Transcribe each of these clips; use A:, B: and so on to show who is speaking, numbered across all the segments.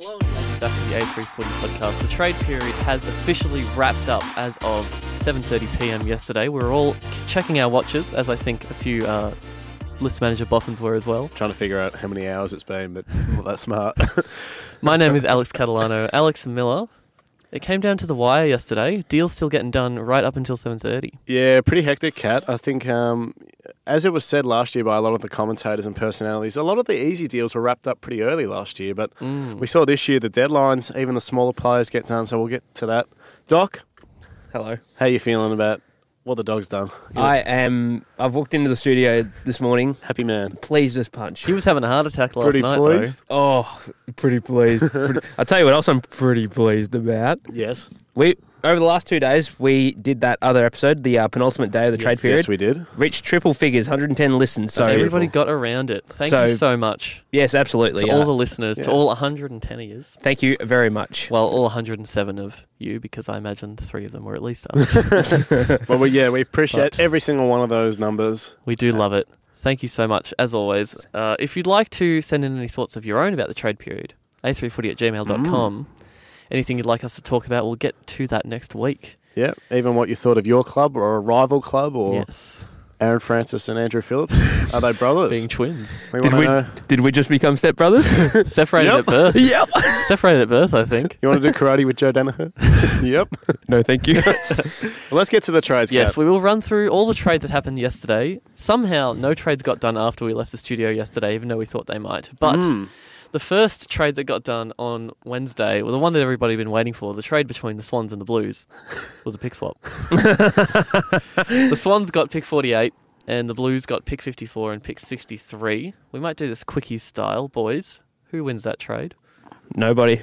A: back at the A340 podcast. The trade period has officially wrapped up as of 7:30 p.m. yesterday. We were all checking our watches, as I think a few uh, list manager boffins were as well.
B: Trying to figure out how many hours it's been, but not that smart.
A: My name is Alex Catalano, Alex Miller. It came down to the wire yesterday. Deal's still getting done right up until 7:30.
B: yeah, pretty hectic, Cat. I think, um, as it was said last year by a lot of the commentators and personalities, a lot of the easy deals were wrapped up pretty early last year, but we saw this year the deadlines, even the smaller players get done, so we'll get to that. Doc,
C: Hello.
B: how you feeling about what the dog's done? You're a
C: I am. I've walked into the studio this morning.
B: happy man.
C: Pleased as punch.
A: He was having a heart attack last
B: Pretty
A: night,
B: pleased?
C: Oh, pretty pleased. I tell you what else I'm pretty pleased about.
B: Yes.
C: We over the last two days we did that other episode, the uh, penultimate day of the trade period.
B: Yes, we did.
C: Reached triple figures, 110 listens. So
A: though. Everybody got around it. Thank you
C: So-
A: so much
C: yes, absolutely.
A: to
C: uh,
A: all the listeners, to
B: yeah.
A: all 110 of yous.
C: thank you very much.
A: Well, all 107 of you, because I imagine three of them were at least us.
B: Well, we, yeah, we appreciate every single one of those numbers.
A: We do love it. Thank you so much, as always. Uh, if you'd like to send in any thoughts of your own about the trade period, a3footy at gmail.com.
B: Mm.
A: Anything you'd like us to talk about, we'll get to that next week.
B: Yeah, even what you thought of your club or a rival club or
A: yes.
B: Aaron Francis and Andrew Phillips. Are they brothers?
A: Being twins.
B: we
C: Did
B: wanna
C: we,
B: know.
C: did we just become stepbrothers?
A: Separated
B: Yep.
A: at birth.
C: yep.
A: Separated at birth, I think.
B: You want to do karate with Joe Danaher? yep.
C: No, thank you.
B: Well, let's get to the trades.
A: Yes,
B: Kat.
A: we will run through all the trades that happened yesterday. Somehow, no trades got done after we left the studio yesterday, even though we thought they might. But
B: Mm.
A: the first trade that got done on Wednesday, well, the one that everybody had been waiting for, the trade between the Swans and the Blues, was a pick swap. the Swans got pick 48, and the Blues got pick 54 and pick 63. We might do this quickie style, boys. Who wins that trade?
C: Nobody.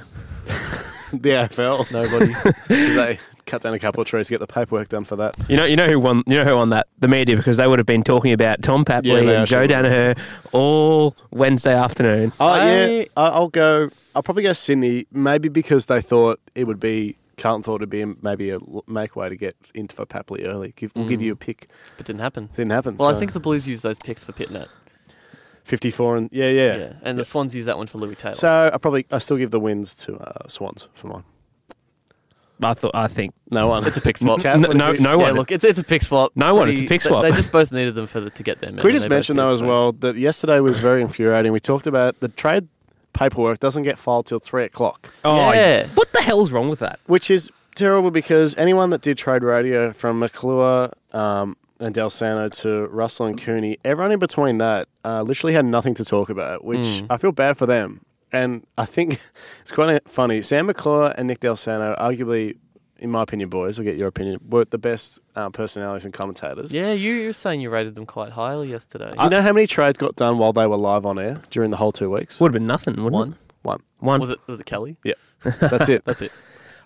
B: the AFL. Nobody. they cut down a couple of trees to get the paperwork done for that.
C: You know, you know who won. You know who won that? The media, because they would have been talking about Tom
B: Yeah,
C: Papley
B: they
C: and Joe
B: actually would.
C: Danaher all Wednesday afternoon.
B: Oh yeah,
A: I-
B: I- I'll go. I'll probably go Sydney, maybe because they thought it would be Carlton thought it'd be maybe a l- make way to get into for Papley early. Give, We'll give you a pick.
A: But didn't happen.
B: Didn't happen.
A: Mm. Well, I
B: so.
A: think the Blues used those picks for Pitnet.
B: fifty-four and yeah, yeah.
A: Yeah. And the Swans used that one for Louis Taylor.
B: So I probably I still give the wins to uh, Swans for mine.
C: I thought. I think
B: No one.
A: it's a pick swap.
B: Cat,
C: no,
B: what do
C: no,
B: you-
C: no
A: yeah,
C: one.
A: look, it's, it's a pick swap.
C: No one, it's a pick
A: they-
C: swap.
A: They, just both needed them for the, to get their men.
B: Can we
A: and
B: just
A: they both
B: mention
A: did,
B: though as
A: so-
B: well that yesterday was very infuriating. We talked about the trade paperwork doesn't get filed till three o'clock,
C: Oh,
A: Yeah.
C: What the hell's wrong with that?
B: which is terrible because anyone that did trade radio from McClure um, and Del Sano to Russell and Cooney, everyone in between that uh, literally had nothing to talk about, which
A: Mm.
B: I feel bad for them. And I think it's quite funny. Sam McClure and Nick Del Sano, arguably, in my opinion, boys, I'll get your opinion, were the best uh, personalities and commentators.
A: Yeah, you, you were saying you rated them quite highly yesterday.
B: Do you know how many trades got done while they were live on air during the whole two weeks?
C: Would have been nothing. Wouldn't
A: One.
C: It?
B: One.
C: One.
A: Was it was it Kelly?
B: Yeah. That's it.
A: That's it.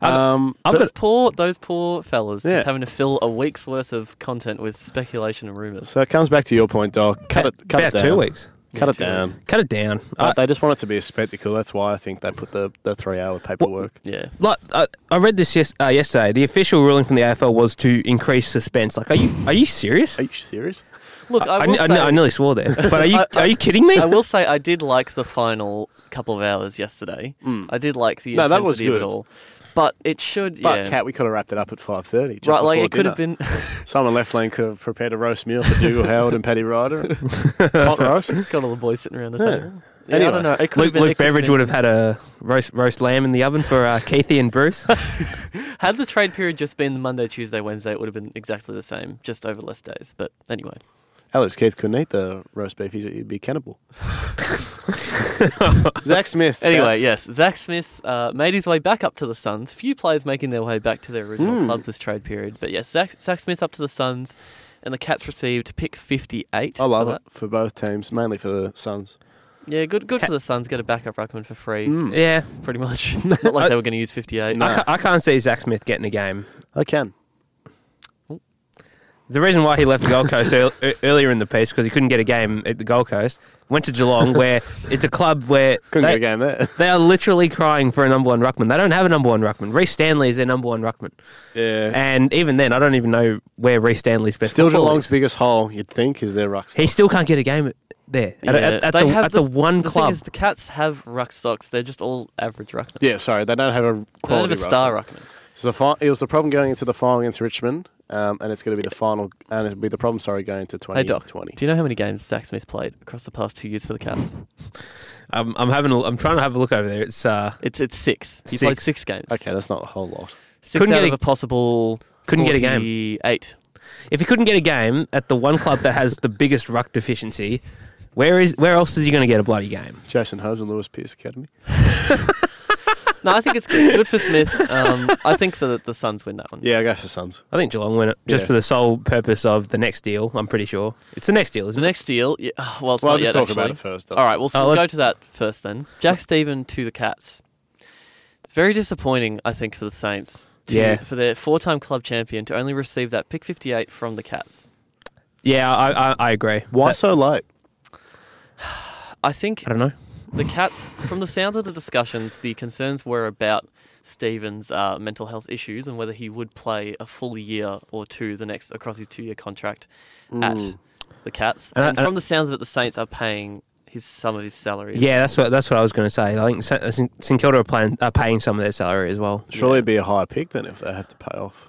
B: um,
C: I've
A: Those
C: got,
A: poor those poor fellas
B: Yeah.
A: just having to fill a week's worth of content with speculation and rumors.
B: so it comes back to your point, Doc. Cut it, cut
C: about
B: it down.
C: two weeks.
B: Cut it
A: Yeah, two
B: down.
A: weeks.
C: Cut it down.
B: Uh,
C: I,
B: they just want it to be a spectacle. That's why I think they put the, the three hour paperwork.
A: Yeah.
C: like I, I read this yes, uh, yesterday. The official ruling from the AFL was to increase suspense. Like, are you are you serious?
B: Are you serious?
A: Look, I,
C: I,
A: will
C: ne- I,
A: say,
C: ne- I nearly swore there. But are you
A: I- I-
C: are you kidding me?
A: I will say I did like the final couple of hours yesterday. I did like the
B: Mm. No,
A: intensity
B: that was
A: of
B: good.
A: it all. But it should
B: But
A: yeah.
B: Cat, we could have wrapped it up at five thirty.
A: right, like it could have been
B: Simon Leflane could have prepared a roast meal for Dougal Howard and Paddy Ryder. Hot roast.
A: got all the boys sitting around the
B: Yeah.
A: table. Yeah, I
B: Anyway,
A: don't know. It could
C: Luke,
A: have been,
C: Luke Beveridge would have had a roast roast lamb in the oven for uh, Keithy and Bruce.
A: Had the trade period just been the Monday, Tuesday, Wednesday, it would have been exactly the same, just over less days. But anyway,
B: Alex Keith couldn't eat the roast beef. He's, he'd be cannibal. Zach Smith.
A: anyway, yes, Zach Smith uh, made his way back up to the Suns. Few players making their way back to their original
B: Mm.
A: club this trade period, but yes, Zach, Zach Smith up to the Suns, and the Cats received pick fifty-eight.
B: I love
A: for
B: it for both teams, mainly for the Suns.
A: that. Yeah, good, good
C: Cat-
A: for the Suns. Get a backup ruckman for free,
B: Mm.
C: yeah,
A: pretty much. Not like they were going to use fifty-eight.
C: I, ca- I can't see Zach Smith getting a game.
B: I can.
C: The reason why he left the Gold Coast ear- ear- earlier in the piece because he couldn't get a game at the Gold Coast. Went to Geelong, where it's a club where
B: Couldn't
C: they,
B: get a game there.
C: they are literally crying for a number one ruckman. They don't have a number one ruckman. Reece Stanley is their number one ruckman,
B: Yeah.
C: and even then, I don't even know where Reece Stanley's best.
B: Still
C: football
B: Geelong's
C: is.
B: biggest hole, you'd think, is their ruck.
C: He still can't get a game at, there at,
A: Yeah,
C: at, at
A: they
C: the,
A: have
C: at the one
A: the
C: club.
A: Thing is, the Cats have ruck stocks. They're just all average ruckmen.
B: Yeah, sorry, they don't have a
A: They don't
B: quality
A: have a star ruckman.
B: So the fi- it was the problem going into the final against Richmond, um, and it's going to be the final, and it'll be the problem. Sorry, going into
A: Hey
B: twenty
A: Doc,
B: twenty.
A: do you know how many games Zach Smith played across the past two years for the Cats?
C: I'm, I'm having. A, I'm trying to have a look over there. It's uh,
A: It's it's six. He played
C: Six.
A: six games.
B: Okay, that's not a whole lot.
A: six
C: Couldn't
A: out
C: get
A: of
C: a-
A: a possible.
C: couldn't get a game.
A: Eight.
C: if he couldn't get a game at the one club that has the biggest ruck deficiency, where is where else is he going to get a bloody game?
B: Jason Hobbs and Lewis Pierce Academy.
A: No, I think it's good, good for Smith. Um, I think that the Suns win that one.
B: Yeah, I guess the Suns.
C: I think Geelong win it just
B: Yeah.
C: for the sole purpose of the next deal. I'm pretty sure it's the next deal,
A: The
C: isn't it?
A: next deal, yeah, well, it's
B: Well, I'll
A: not
B: just
A: yet.
B: talk about
A: actually.
B: it first.
A: All right, we'll
C: Oh,
A: we'll
C: let-
A: go to that first then. Jack Stephen to the Cats. Very disappointing, I think, for the Saints. To,
C: Yeah.
A: For their four-time club champion to only receive that pick 58 from the Cats.
C: Yeah, I, I, I agree.
B: Why
C: That-
B: so late?
A: I think
C: I don't know.
A: the Cats, from the sounds of the discussions, the concerns were about Stephen's uh, mental health issues and whether he would play a full year or two the next across his two-year contract at the Cats.
C: And I-
A: And
C: and I-
A: from the sounds of it, the Saints are paying his some of his salary.
C: Yeah, that's what that's what I was going to say. I think Sa- uh, St St Kilda are, playing, are paying some of their salary as well.
B: Surely it'd be a higher pick than if they have to pay off.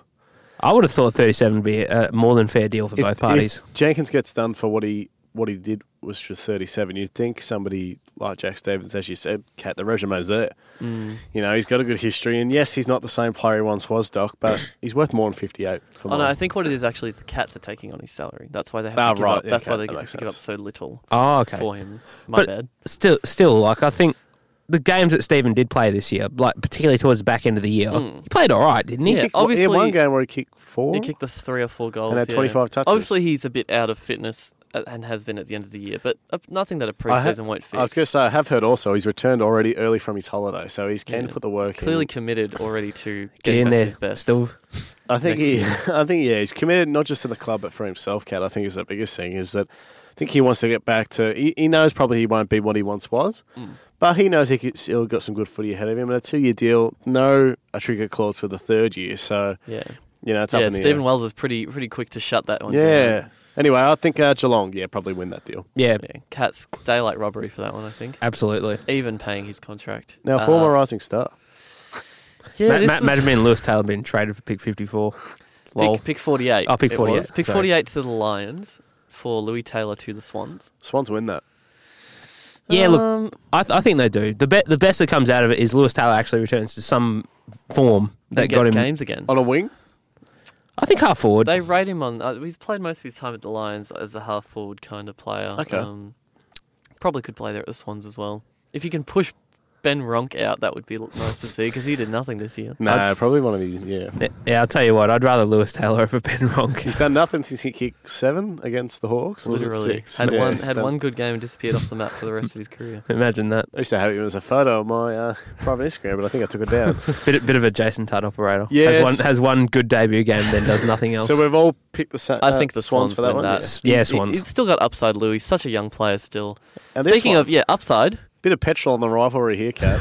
C: I would have thought 37 would be a more than fair deal for
B: If-
C: both parties.
B: If Jenkins gets done for what he what he did was just thirty seven. You'd think somebody like Jack Stevens, as you said, Cat, the resume's there.
A: Mm.
B: You know, he's got a good history, and yes, he's not the same player he once was, Doc, but he's worth more than fifty eight.
A: Oh no, I think what it is actually is the cats are taking on his salary. That's why they have
B: Ah,
A: to give
B: right,
A: up.
B: yeah,
A: That's
B: okay,
A: why they
B: that
A: have
B: makes
A: to give up
B: sense.
A: so little
C: Oh, okay.
A: for him. My
C: But-
A: bad.
C: Still, still, like I think the games that Stephen did play this year, like particularly towards the back end of the year,
A: Mm.
C: he played all right, didn't he?
A: Yeah.
B: Well, he had
A: obviously-
B: one game where he kicked four.
A: He kicked us three or four goals.
B: And had
A: yeah.
B: 25 touches.
A: Obviously, he's a bit out of fitness uh, and has been at the end of the year, but uh, nothing that a
B: I ha-
A: preseason won't fix.
B: I was going to say, I have heard also he's returned already early from his holiday, so he's keen
A: Yeah.
B: to put the work
A: Clearly
B: in.
A: committed already to
C: Get
A: getting
C: in
A: back to
C: there,
A: his best.
C: still.
B: I think
A: next
B: he,
A: year.
B: I think yeah, he's committed not just to the club but for himself. Cat, I think is the biggest thing is that I think he wants to get back to. He, he knows probably he won't be what he once was,
A: Mm.
B: but he knows he could, still got some good footy ahead of him. And a two year deal, no a trigger clause for the third year, so
A: Yeah,
B: you know it's up
A: yeah.
B: in the
A: Stephen Wells is pretty pretty quick to shut that one.
B: air.
A: down.
B: Yeah. Anyway, I think uh, Geelong, yeah, probably win that deal.
C: Yeah,
A: yeah. Cats daylight robbery for that one, I think.
C: absolutely.
A: Even paying his contract
B: Now,
A: Uh,
B: former Rising Star.
A: yeah,
C: Matt,
A: this
C: Matt,
A: is-
C: Madden and Lewis Taylor been traded for pick 54. Lol.
A: Pick, pick 48.
C: Oh, pick
A: it
C: 48,
A: was. Pick
C: sorry.
A: 48 to the Lions for Louis Taylor to the Swans.
B: Swans win that.
C: Yeah, look,
A: Um,
C: I, th- I think they do. The be- the best that comes out of it is Lewis Taylor actually returns to some form
A: They
C: that got him.
A: games again.
B: On a wing,
C: I think half forward.
A: They rate him on. Uh, he's played most of his time at the Lions as a half forward kind of player.
B: Okay.
A: Um, probably could play there at the Swans as well. If you can push Ben Ronk out, that would be l- nice to see because he did nothing this year.
B: no, probably one of these. Yeah,
C: yeah, I'll tell you what. I'd rather Lewis Taylor over Ben Ronk.
B: He's done nothing since he kicked seven against the Hawks. Or was it
A: Literally
B: six?
A: had
B: Yeah,
A: one
B: he's
A: had
B: done-
A: one good game and disappeared off the map for the rest of his career.
C: Imagine that.
B: I used to have him as a photo on my uh, private Instagram, but I think I took it down.
C: Bit bit of a Jason Tutt operator.
B: Yes.
C: Has one has one good debut game, then does nothing else.
B: so we've all picked the sa-
A: I
B: uh,
A: think the
B: Swans,
A: Swans,
B: for that
A: win
B: one.
A: that.
B: yeah.
A: He's-
C: Yeah, Swans.
A: He's still got upside, Lou. He's such a young player still.
B: And this
A: Speaking
B: one,
A: of yeah, upside.
B: bit of petrol on the rivalry here, Cat.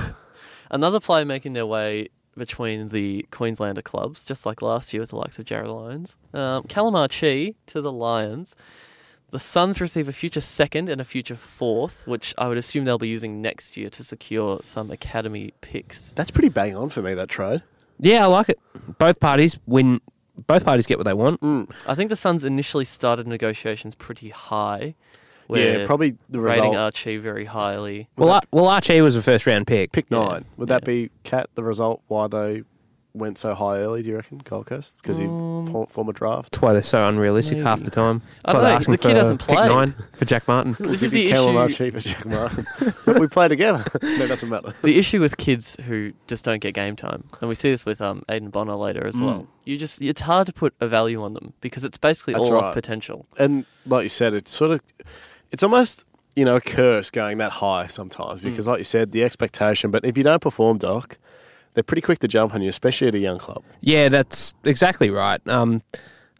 A: Another player making their way between the Queenslander clubs, just like last year with the likes of Jared Lyons. Um, Calamar Chi to the Lions. The Suns receive a future second and a future fourth, which I would assume they'll be using next year to secure some academy picks.
B: That's pretty bang on for me. That trade.
C: yeah, I like it. Both parties win. Both parties get what they want.
B: Mm.
A: I think the Suns initially started negotiations pretty high.
B: Yeah,
A: where
B: probably the
A: rating
B: result.
A: Archie very highly.
C: Well, Ar- well, Archie was a first round pick.
B: Pick
A: Yeah,
B: nine. Would that
A: yeah.
B: be Cat the result? Why they went so high early? Do you reckon Gold Coast because
A: Um,
B: he for- former draft?
C: That's why they're so unrealistic half
A: Maybe.
C: the time.
A: I
C: That's why
A: don't
C: they're
A: know,
C: asking
A: the kid
C: for
A: hasn't
C: pick
A: played.
C: nine for Jack Martin.
A: This
B: Give
A: is the
B: you Kalen
A: issue.
B: Archie for Jack Martin. but we play together. no, it doesn't matter.
A: the issue with kids who just don't get game time, and we see this with um, Aiden Bonner later
B: Mm.
A: as well. You just it's hard to put a value on them because it's basically
B: That's
A: all
B: right.
A: off potential.
B: and like you said, it's sort of, it's almost you know a curse going that high sometimes because, like you said, the expectation. But if you don't perform, Doc, they're pretty quick to jump on you, especially at a young club.
C: Yeah, that's exactly right. Um,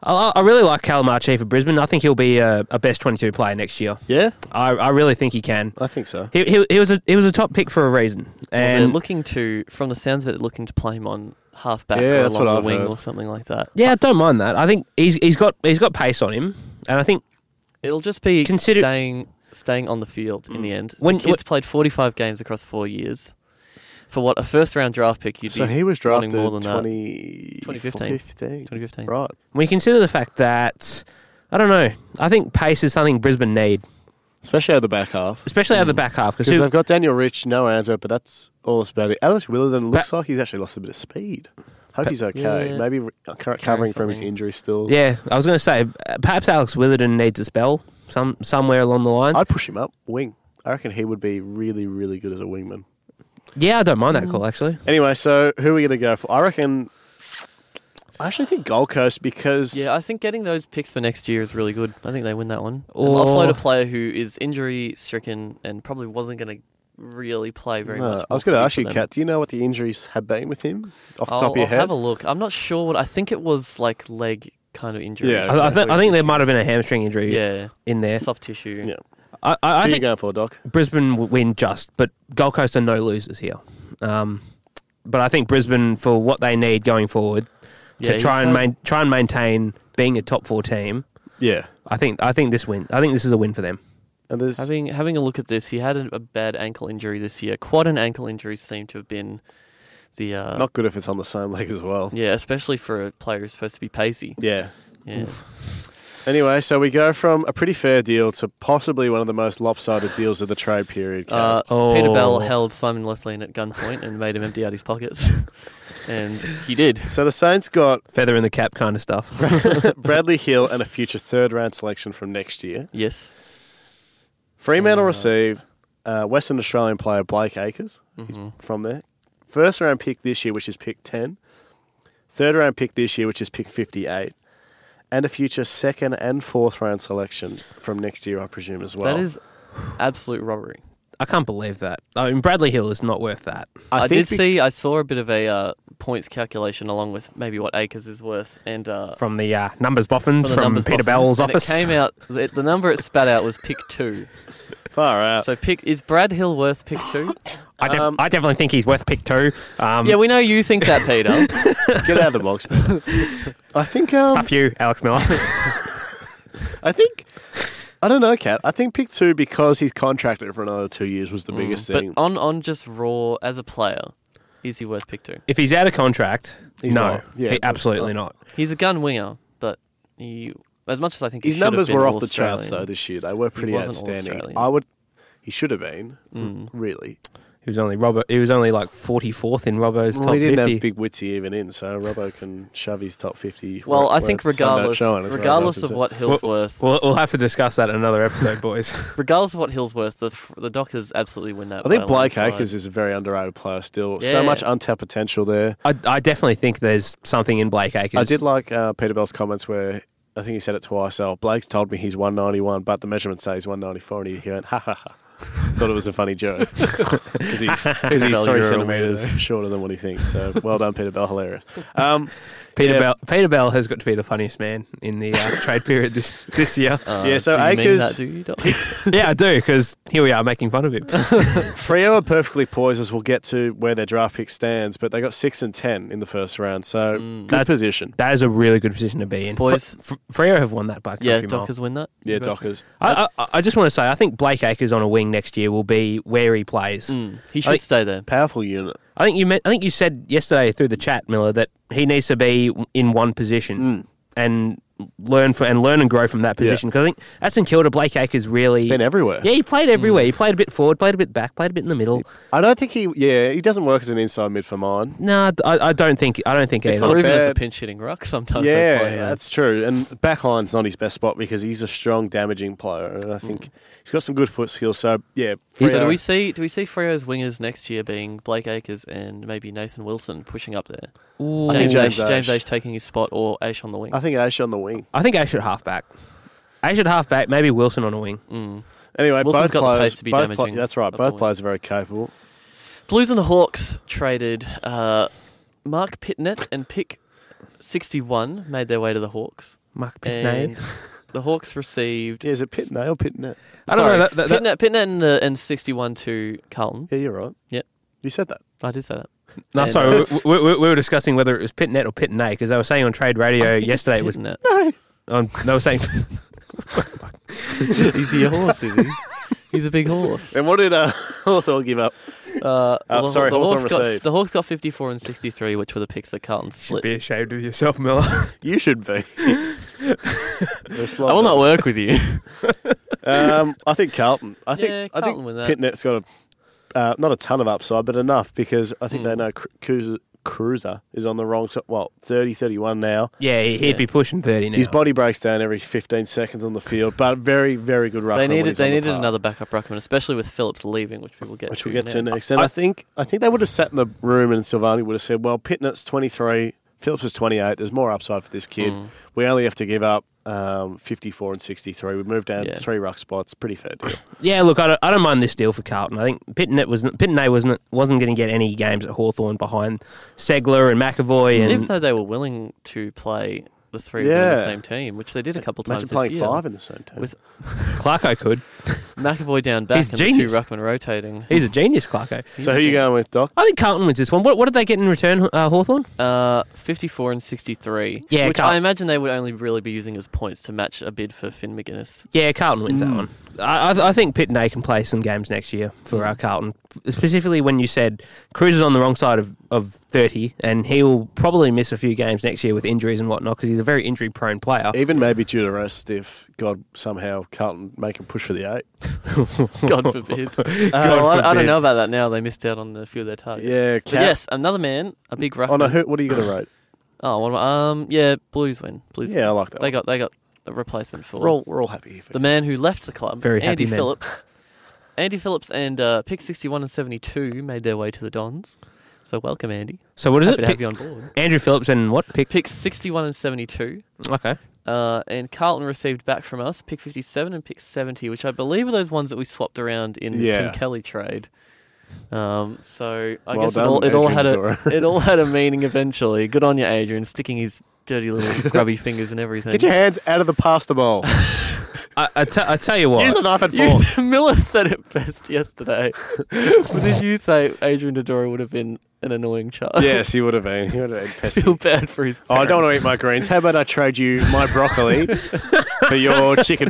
C: I, I really like Calamachi for Brisbane. I think he'll be a, a best 22 player next year.
B: Yeah,
C: I, I really think he can.
B: I think so.
C: He, he, he was a he was a top pick for a reason.
A: And
C: And
A: they're looking to, from the sounds of it, looking to play him on half back
B: Yeah,
A: or
B: that's
A: along
B: what
A: the
B: I've
A: wing
B: heard.
A: or something like that.
C: yeah, I don't mind that. I think he's he's got he's got pace on him, and I think
A: It'll just be
C: Consider-
A: staying staying on the field in the
B: Mm.
A: end.
C: When-
A: the kid's played 45 games across four years. For what a first round draft pick, you'd
B: So
A: be
B: he was
A: wanting
B: drafted
A: more than that.
B: 20,
A: 2015. 2015.
B: Right.
C: when you consider the fact that I don't know, I think pace is something Brisbane need,
B: Especially out of the back half.
C: especially out of the
A: Mm.
C: back half
B: Because they've
C: because
B: got Daniel Rich, no answer, but that's all it's about it. Alex Willardon looks
C: Pa-
B: like he's actually lost a bit of speed. Hope he's okay.
A: Yeah.
B: Maybe re- uh, cur- recovering from his
A: something.
B: injury still.
C: yeah, I was going to say uh, perhaps Alex Witherden needs a spell some somewhere along the lines.
B: I'd push him up wing. I reckon he would be really, really good as a wingman.
C: yeah, I don't mind that call actually.
B: Anyway, so who are we going to go for? I reckon. I actually think Gold Coast because
A: Yeah, I think getting those picks for next year is really good. I think they win that one.
C: Or-
A: Or offload a player who is injury stricken and probably wasn't going to really play very
B: No,
A: much.
B: uh, I was
A: more
B: going to
A: for
B: ask you,
A: them.
B: Kat, do you know what the injuries have been with him off the
A: I'll,
B: top of your
A: I'll
B: head?
A: have a look. I'm not sure what I think it was like leg kind of injury.
B: Yeah.
C: I, I, think I think there might have been a hamstring injury
A: Mm. yeah,
C: in there.
A: soft tissue.
B: Yeah.
C: I, I, I
B: Who
C: think
B: you going for, Doc?
C: Brisbane w- win just, but Gold Coast are no losers here. Um, but I think Brisbane, for what they need going forward,
A: Yeah,
C: to
A: he's
C: try and
A: had-
C: main, try and maintain being a top four team,
B: Yeah.
C: I think I think this win. I think this is a win for them.
B: And there's
A: Having having a look at this, he had a, a bad ankle injury this year. Quad and ankle injuries seem to have been the uh,
B: not good if it's on the same leg as well.
A: yeah, especially for a player who's supposed to be pacey.
B: Yeah.
A: Yeah.
B: Anyway, so we go from a pretty fair deal to possibly one of the most lopsided deals of the trade period. Kat.
A: Uh,
C: Oh.
A: Peter Bell held Simon Lethlean at gunpoint and made him empty out his pockets, and he did.
B: so the Saints got
C: Feather in the cap kind of stuff.
B: Bradley Hill and a future third round selection from next year.
A: Yes,
B: Fremantle
A: Yeah.
B: received uh, Western Australian player Blake Acres
A: Mhm.
B: from there. First round pick this year, which is pick 10. Third round pick this year, which is pick 58. And a future second and fourth round selection from next year, I presume, as well.
A: that is absolute robbery.
C: I can't believe that. I mean, Bradley Hill is not worth that.
A: I,
B: think
A: did
B: be-
A: see. I saw a bit of a uh, points calculation along with maybe what acres is worth, and uh,
C: From the uh, numbers boffins
A: the
C: from,
A: numbers
C: Peter
A: box.
C: Bell's
A: And
C: office.
A: It came out. The, the number it spat out was pick two.
B: Far out.
A: So pick is Brad Hill worth pick two?
C: I, def-
B: um,
C: I definitely think he's worth pick two. Um,
A: yeah, we know you think that, Peter.
B: Get out of the box, man. I think. Um,
C: stuff you, Alex Miller.
B: I think. I don't know, Kat. I think pick two because he's contracted for another two years was the biggest
A: Mm, but
B: thing.
A: on on just raw as a player, is he worth pick two?
C: if he's out of contract,
B: He's
C: no,
B: not. Yeah,
C: he,
B: that's
C: absolutely not.
A: He's a gun winger, but he, as much as I think he
B: His
A: should have
B: numbers
A: been
B: were off
A: all
B: the charts though
A: Australian,
B: this year. They were pretty
A: wasn't Mm.
B: outstanding.
A: All-Australian.
B: I would. He should have been really.
C: He was only Robert. He was only like forty fourth in Robo's
B: Well,
C: top
B: he didn't
C: fifty.
B: have big witsy even in, so Robbo can shove his top fifty.
A: Well,
B: where-
A: I think
B: where it's sundown
A: regardless,
B: showing, as far as I'm
A: regardless of
B: concerned.
A: what Hill's worth,
C: We'll, we'll have to discuss that in another episode, boys.
A: regardless of what Hill's worth, the f- the Dockers absolutely win that.
B: I think
A: by a
B: Blake
A: landslide.
B: Akers is a very underrated player still. So
A: Yeah.
B: much untapped potential there.
C: I, I definitely think there's something in Blake Acres.
B: I did like uh, Peter Bell's comments where I think he said it twice. Oh, Blake's told me he's 191, but the measurements say he's 194, and he went, ha ha ha. Thought it was a funny joke because he's, 'cause he's
C: Bell,
B: three
C: you're a
B: centimeters shorter than what he thinks. So well done, Peter Bell. Hilarious. Um,
C: Peter
B: yeah.
C: Bell. Peter Bell has got to be the funniest man in the uh, trade period this this year.
A: Uh,
B: Yeah, so
A: do you mean
B: Akers-
A: that, do you, Doc?
C: yeah, I do because here we are making fun of him.
B: Frio are perfectly poised as we'll get to where their draft pick stands, but they got six and ten in the first round, so
A: Mm.
B: good
C: That-
B: position.
C: That is a really good position to be in.
A: Boys.
C: Fr- Fr- Freo have won that by a country
A: yeah,
C: mile.
A: Dockers win that.
B: Yeah,
A: You guys-
B: Dockers.
C: I, I, I just want to say, I think Blake Acres on a wing next year will be where he plays.
A: Mm, he
C: think-
A: should stay there.
B: Powerful unit.
C: I think you. Meant, I think you said yesterday through the chat, Miller, that he needs to be in one
B: Mm.
C: position and learn for and learn and grow from that position. Because I think at St Kilda, Blake Acres really
B: Been everywhere.
C: Yeah, he played everywhere. He played a bit forward, played a bit back, played a bit in the middle.
B: I don't think he. Yeah, he doesn't work as an inside mid for mine.
C: No, I, I don't think I don't think
B: It's
C: either.
A: Or even as a
B: bad.
A: pinch hitting ruck sometimes. they
B: yeah,
A: play, uh,
B: that's true. And backline's not his best spot because he's a strong, damaging player, and I
A: Mm.
B: think he's got some good foot skills. So yeah,
A: So
B: Freo-
A: do we see do we see Freo's wingers next year being Blake Akers and maybe Nathan Wilson pushing up there?
C: Ooh.
B: I
C: I
B: think
A: James,
B: James
A: James,
B: Ash.
A: Ash. taking his spot or Ash on the wing.
B: I think Ash on the wing.
C: think Ash at halfback. Ash at halfback, maybe Wilson on a wing.
A: Mm.
B: Anyway,
A: Wilson's
B: both
A: got the
B: players.
A: pace to be
B: both pla-
A: damaging
B: that's right.
A: up the
B: Both
A: wing.
B: players are very capable.
A: Blues and the Hawks traded uh, Mark Pitnett and pick 61 made their way to the Hawks.
C: Mark Pitney.
A: And the Hawks received
B: Yeah, is it Pitney or Pitnet?
C: I don't know.
A: Sorry,
C: That, that,
A: Pitnet,
C: that,
A: Pitnet and, the, and 61 to Carlton.
B: Yeah, you're right.
A: Yep.
B: You said that.
A: I did say that.
C: no,
A: and-
C: sorry. we, we, we we were discussing whether it was Pitnet or Pitney because they were saying on Trade Radio
A: I think it's
C: yesterday it was.
A: Pitnet.
C: On, they were saying
A: He's a horse, is he? He's a big horse.
B: And what did uh, Hawthorne give up?
A: Uh,
B: Uh,
A: the,
B: sorry,
A: the
B: Hawthorn
A: Hawks got,
B: received.
A: the Hawks got 54 and 63, which were the picks that Carlton
C: should
A: split.
C: be ashamed of yourself, Miller.
B: You should be.
A: I will not work with you.
B: Um, I think Carlton. I think
A: Yeah,
B: I think
A: Carlton uh, win that.
B: Pitnet's got a uh, not a ton of upside, but enough because I think
A: Hmm.
B: they know Cru- Cruiser, Cruiser is on the wrong side. Well, 30, 31 now.
C: yeah, he'd
A: Yeah.
C: be pushing thirty now.
B: His body breaks down every fifteen seconds on the field, but very, very good ruck.
A: they needed they needed another backup ruckman, especially with Phillips leaving, which we will get
B: Which
A: to
B: we'll get to
A: now.
B: next. And I, think I think they would have sat in the room and Silvani would have said, Well, Pitnet's twenty three, Phillips is twenty eight, there's more upside for this kid.
A: Mm.
B: We only have to give up um, fifty four and sixty three. We've moved down
A: Yeah.
B: three ruck spots, pretty fair deal.
C: Yeah, look, I don't, I don't mind this deal for Carlton. I think Pitney wasn't Pitney wasn't wasn't going to get any games at Hawthorn behind Segler and McAvoy and
A: Even though they were willing to play the three of them in the
B: Yeah.
A: same team, which they did a couple
B: Imagine
A: times this
B: playing
A: year.
B: five in the same team.
A: With-
C: Clarko could.
A: McAvoy down back
C: He's
A: and
C: genius.
A: the two ruckman rotating.
C: He's a genius, Clarko.
B: so who you going with, Doc?
C: I think Carlton wins this one. What, what did they get in return, uh, Hawthorn?
A: Uh, 54 and 63.
C: Yeah,
A: which
C: Carl-
A: I imagine they would only really be using as points to match a bid for Finn McGuinness.
C: Yeah, Carlton wins
B: Hmm.
C: that one. I, I, th- I think Pitney can play some games next year for uh, Carlton, specifically when you said Cruz is on the wrong side of, of 30 and he will probably miss a few games next year with injuries and whatnot because he's a very injury prone player.
B: Even maybe due to rest, if God somehow Carlton make a push for the eight.
A: God forbid. Oh,
C: God
A: I, I don't
C: forbid.
A: know about that now. They missed out on a few of their targets.
B: Yeah,
A: But
B: Cat-
A: Oh, yes, another man, a big ruckman.
B: Oh no, who, what are you going to rate?
A: Oh, one more. Um, yeah, Blues win. Blues.
B: Yeah, I
A: win.
B: like that.
A: They
B: one.
A: got they got a replacement for
B: We're all we're all happy. Here for
A: the man who left the club.
C: Very
A: Andy
C: happy men.
A: Phillips. Andy Phillips and uh, pick sixty one and seventy two made their way to the Dons. So welcome, Andy.
C: So what is
A: Happy
C: it?
A: to have
C: Pick-
A: you on board.
C: Andrew Phillips and what? Pick.
A: Picks sixty one and seventy two.
C: Okay.
A: Uh, and Carlton received back from us pick 57 and pick 70, which I believe are those ones that we swapped around in the
B: Yeah.
A: Tim Kelly trade. Um, so I
B: Well
A: guess
B: done,
A: it all it all had
B: Adrian
A: a it all had a meaning eventually. Good on you, Adrian, sticking his dirty little grubby fingers and everything.
B: Get your hands out of the pasta bowl.
C: I, I, t- I tell you what.
B: Use the knife and
A: You-
B: fork.
A: Miller said it best yesterday. what did you say? Adrian Dodoro would have been an annoying child.
B: yes, he would have been. He would have been pissed.
A: feel bad for his.
B: Oh, I don't
A: parents.
B: want to eat my greens. How about I trade you my broccoli for your chicken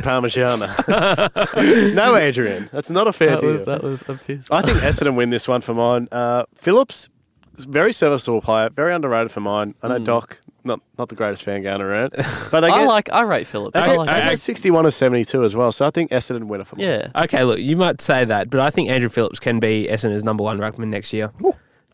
B: parmigiana? no, Adrian, that's not a fair
A: That
B: deal.
A: was that was a piss.
B: I think Essendon win this one for mine. Uh, Phillips, very serviceable player, very underrated for mine. I know
A: Mm.
B: Doc, not not the greatest fan going around, but they
A: I,
B: get,
A: like I rate Phillips.
B: they
A: I,
B: get-
A: like.
B: they
A: him.
B: get sixty-one or seventy-two as well. So I think Essendon winner for mine.
A: yeah.
C: Okay, look, you might say that, but I think Andrew Phillips can be Essendon's number one ruckman next year.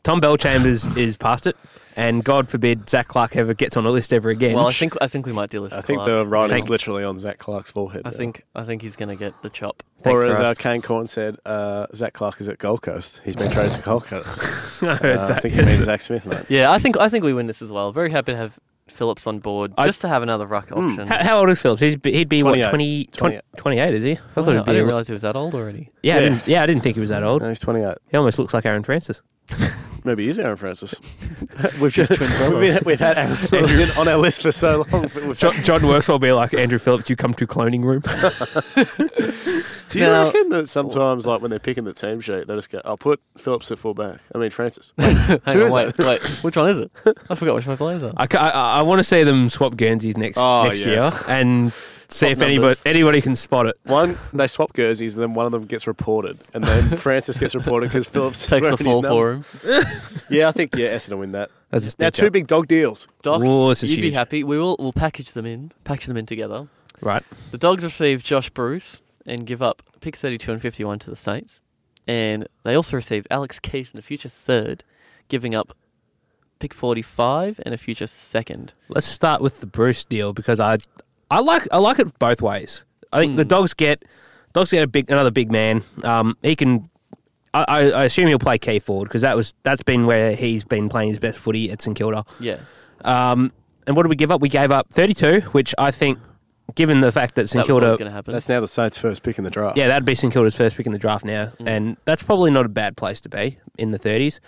C: Tom Bell Chambers is past it, and God forbid Zach Clark ever gets on a list ever again.
A: Well, I think I think we might deal with.
B: I think
A: Clark.
B: the writing's
C: Thank-
B: literally on Zach Clark's forehead.
A: I
B: now.
A: think I think he's gonna get the chop.
C: Thank
B: or as uh,
C: Christ.
B: Kane Corn said, uh, Zach Clark is at Gold Coast. He's been traded to Gold Coast.
C: I
B: Uh,
C: heard
B: I
C: that.
B: think it means Zach Smith, mate.
A: Yeah, I think I think we win this as well. Very happy to have Phillips on board,
C: I-
A: just to have another ruck
B: Hmm.
A: option.
C: How, how old is Phillips? He'd be, he'd be what,
B: 28.
C: 20, 20 28, is he? I
A: Oh,
C: thought he'd
A: I
C: be.
A: didn't realize he was that old already.
C: yeah, I
B: Yeah.
C: didn't, yeah, I didn't think he was that old.
B: No, he's 28.
C: He almost looks like Aaron Francis.
B: Maybe he's Aaron Francis. we've just
A: twin brother.
B: we've, been- we've had Aaron Francis in on our list for so long. but we've-
C: John, John Works will be like Andrew Phillips. You come to cloning room.
B: Do you
A: Now-
B: reckon that sometimes, like when they're picking the team sheet, they just go, "I'll put Phillips at fullback." I mean Francis.
A: Hang
B: Who
A: on,
B: is
A: wait,
B: it?
A: wait. Which one is it? I forgot which my players are.
C: I, ca- I, I want to see them swap Guernseys next
B: Oh,
C: next
B: yes.
C: year and see
A: Swap
C: if anybody
A: numbers.
C: anybody can spot it.
B: One they swap jerseys, and then one of them gets reported, and then Francis gets reported because Phillips is
A: Takes the
B: wearing his
A: fall
B: number.
A: for him.
B: Yeah, I think yeah, Essendon win that.
C: That's a
B: Now
C: stitch
B: two
C: up.
B: big dog deals.
A: Doc,
C: Whoa, this is
A: you'd be
C: huge.
A: happy. We will we'll package them in, package them in together.
C: right.
A: The Dogs receive Josh Bruce and give up pick 32 and 51 to the Saints, and they also receive Alex Keith in a future third, giving up pick 45 and a future second.
C: Let's start with the Bruce deal because I, I like I like it both ways. I think the
A: Mm.
C: dogs get, dogs get a big another big man. Um, he can, I, I, I assume he'll play key forward because that was that's been where he's been playing his best footy at St Kilda.
A: Yeah.
C: Um, and what did we give up? We gave up thirty two, which I think, given the fact that St
A: That was always
C: Kilda,
A: going to happen.
B: That's now the Saints' first pick in the draft.
C: yeah, that'd be St Kilda's first pick in the draft now, and that's probably not a bad place to be in the thirties.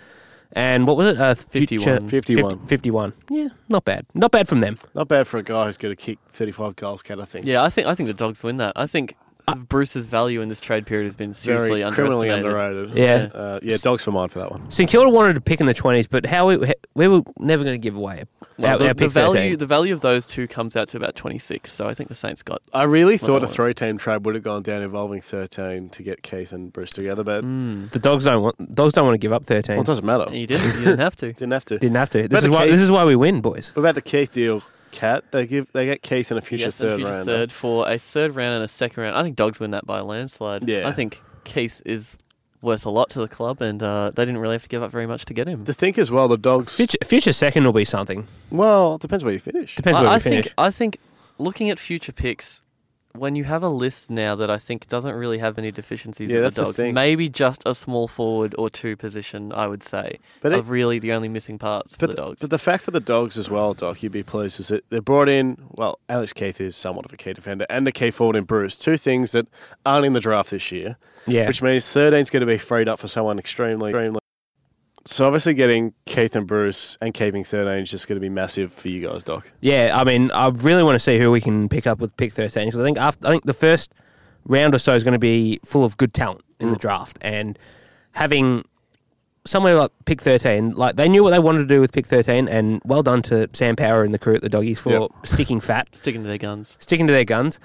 C: And what was it? Uh, future,
A: 51.
B: 51.
C: 51. Yeah, not bad. Not bad from them.
B: Not bad for a guy who's going to kick 35 goals, can I think?
A: Yeah, I think I think the dogs win that. I think Bruce's value in this trade period has been
B: Uh, Very
A: seriously
B: criminally
A: underestimated.
B: underrated.
C: Yeah.
B: Uh, yeah, dogs for mine for that one.
C: St Kilda wanted to pick in the 20s, but how we, we were never going to give away
A: Well,
C: our,
A: the,
C: our
A: the
C: pick
A: value
C: 13.
A: the value of those two comes out to about twenty six. So I think the Saints got.
B: I really thought
A: that
B: a
A: one.
B: three team trade would have gone down involving 13 to get Keith and Bruce together, but
A: Mm,
C: The dogs don't want dogs don't want to give up
B: well,
C: 13.
B: it doesn't matter.
A: you didn't. You didn't have to.
B: Didn't have to.
C: Didn't have to. This
B: But
C: is
B: the
C: why
B: Keith-
C: this is why we win, boys.
B: What about the Keith deal, Cat? They give they get Keith and a future
A: yes, and
B: third
A: future
B: round.
A: third for a third round and a second round. I think dogs win that by a landslide.
B: Yeah.
A: I think Keith is worth a lot to the club, and uh, they didn't really have to give up very much to get him.
B: To think as well, the dogs.
C: Future, future second will be something.
B: Well, it depends where you finish.
C: Depends where
A: I,
C: we
A: I
C: finish.
A: think I think looking at future picks, when you have a list now that I think doesn't really have any deficiencies
B: Yeah,
A: in
B: that's
A: the
B: the
A: dogs,
B: thing.
A: maybe just a small forward or two position, I would say,
B: But
A: are
B: it-
A: really the only missing parts for the
B: But
A: dogs.
B: But the fact for the dogs as well, Doc, you'd be pleased is that they brought in, well, Alex Keith is somewhat of a key defender and a key forward in Bruce. Two things that aren't in the draft this year,
C: Yeah.
B: which means 13's going to be freed up for someone extremely. extremely so obviously getting Keith and Bruce and keeping 13 is just going to be massive for you guys, Doc.
C: Yeah, I mean, I really want to see who we can pick up with pick 13 because I think after, I think the first round or so is going to be full of good talent in the draft and having somewhere like pick 13 like they knew what they wanted to do with pick 13 and well done to Sam Power and the crew at the Doggies for
B: Yep.
C: sticking fat,
A: Sticking to their guns.
C: sticking to their guns.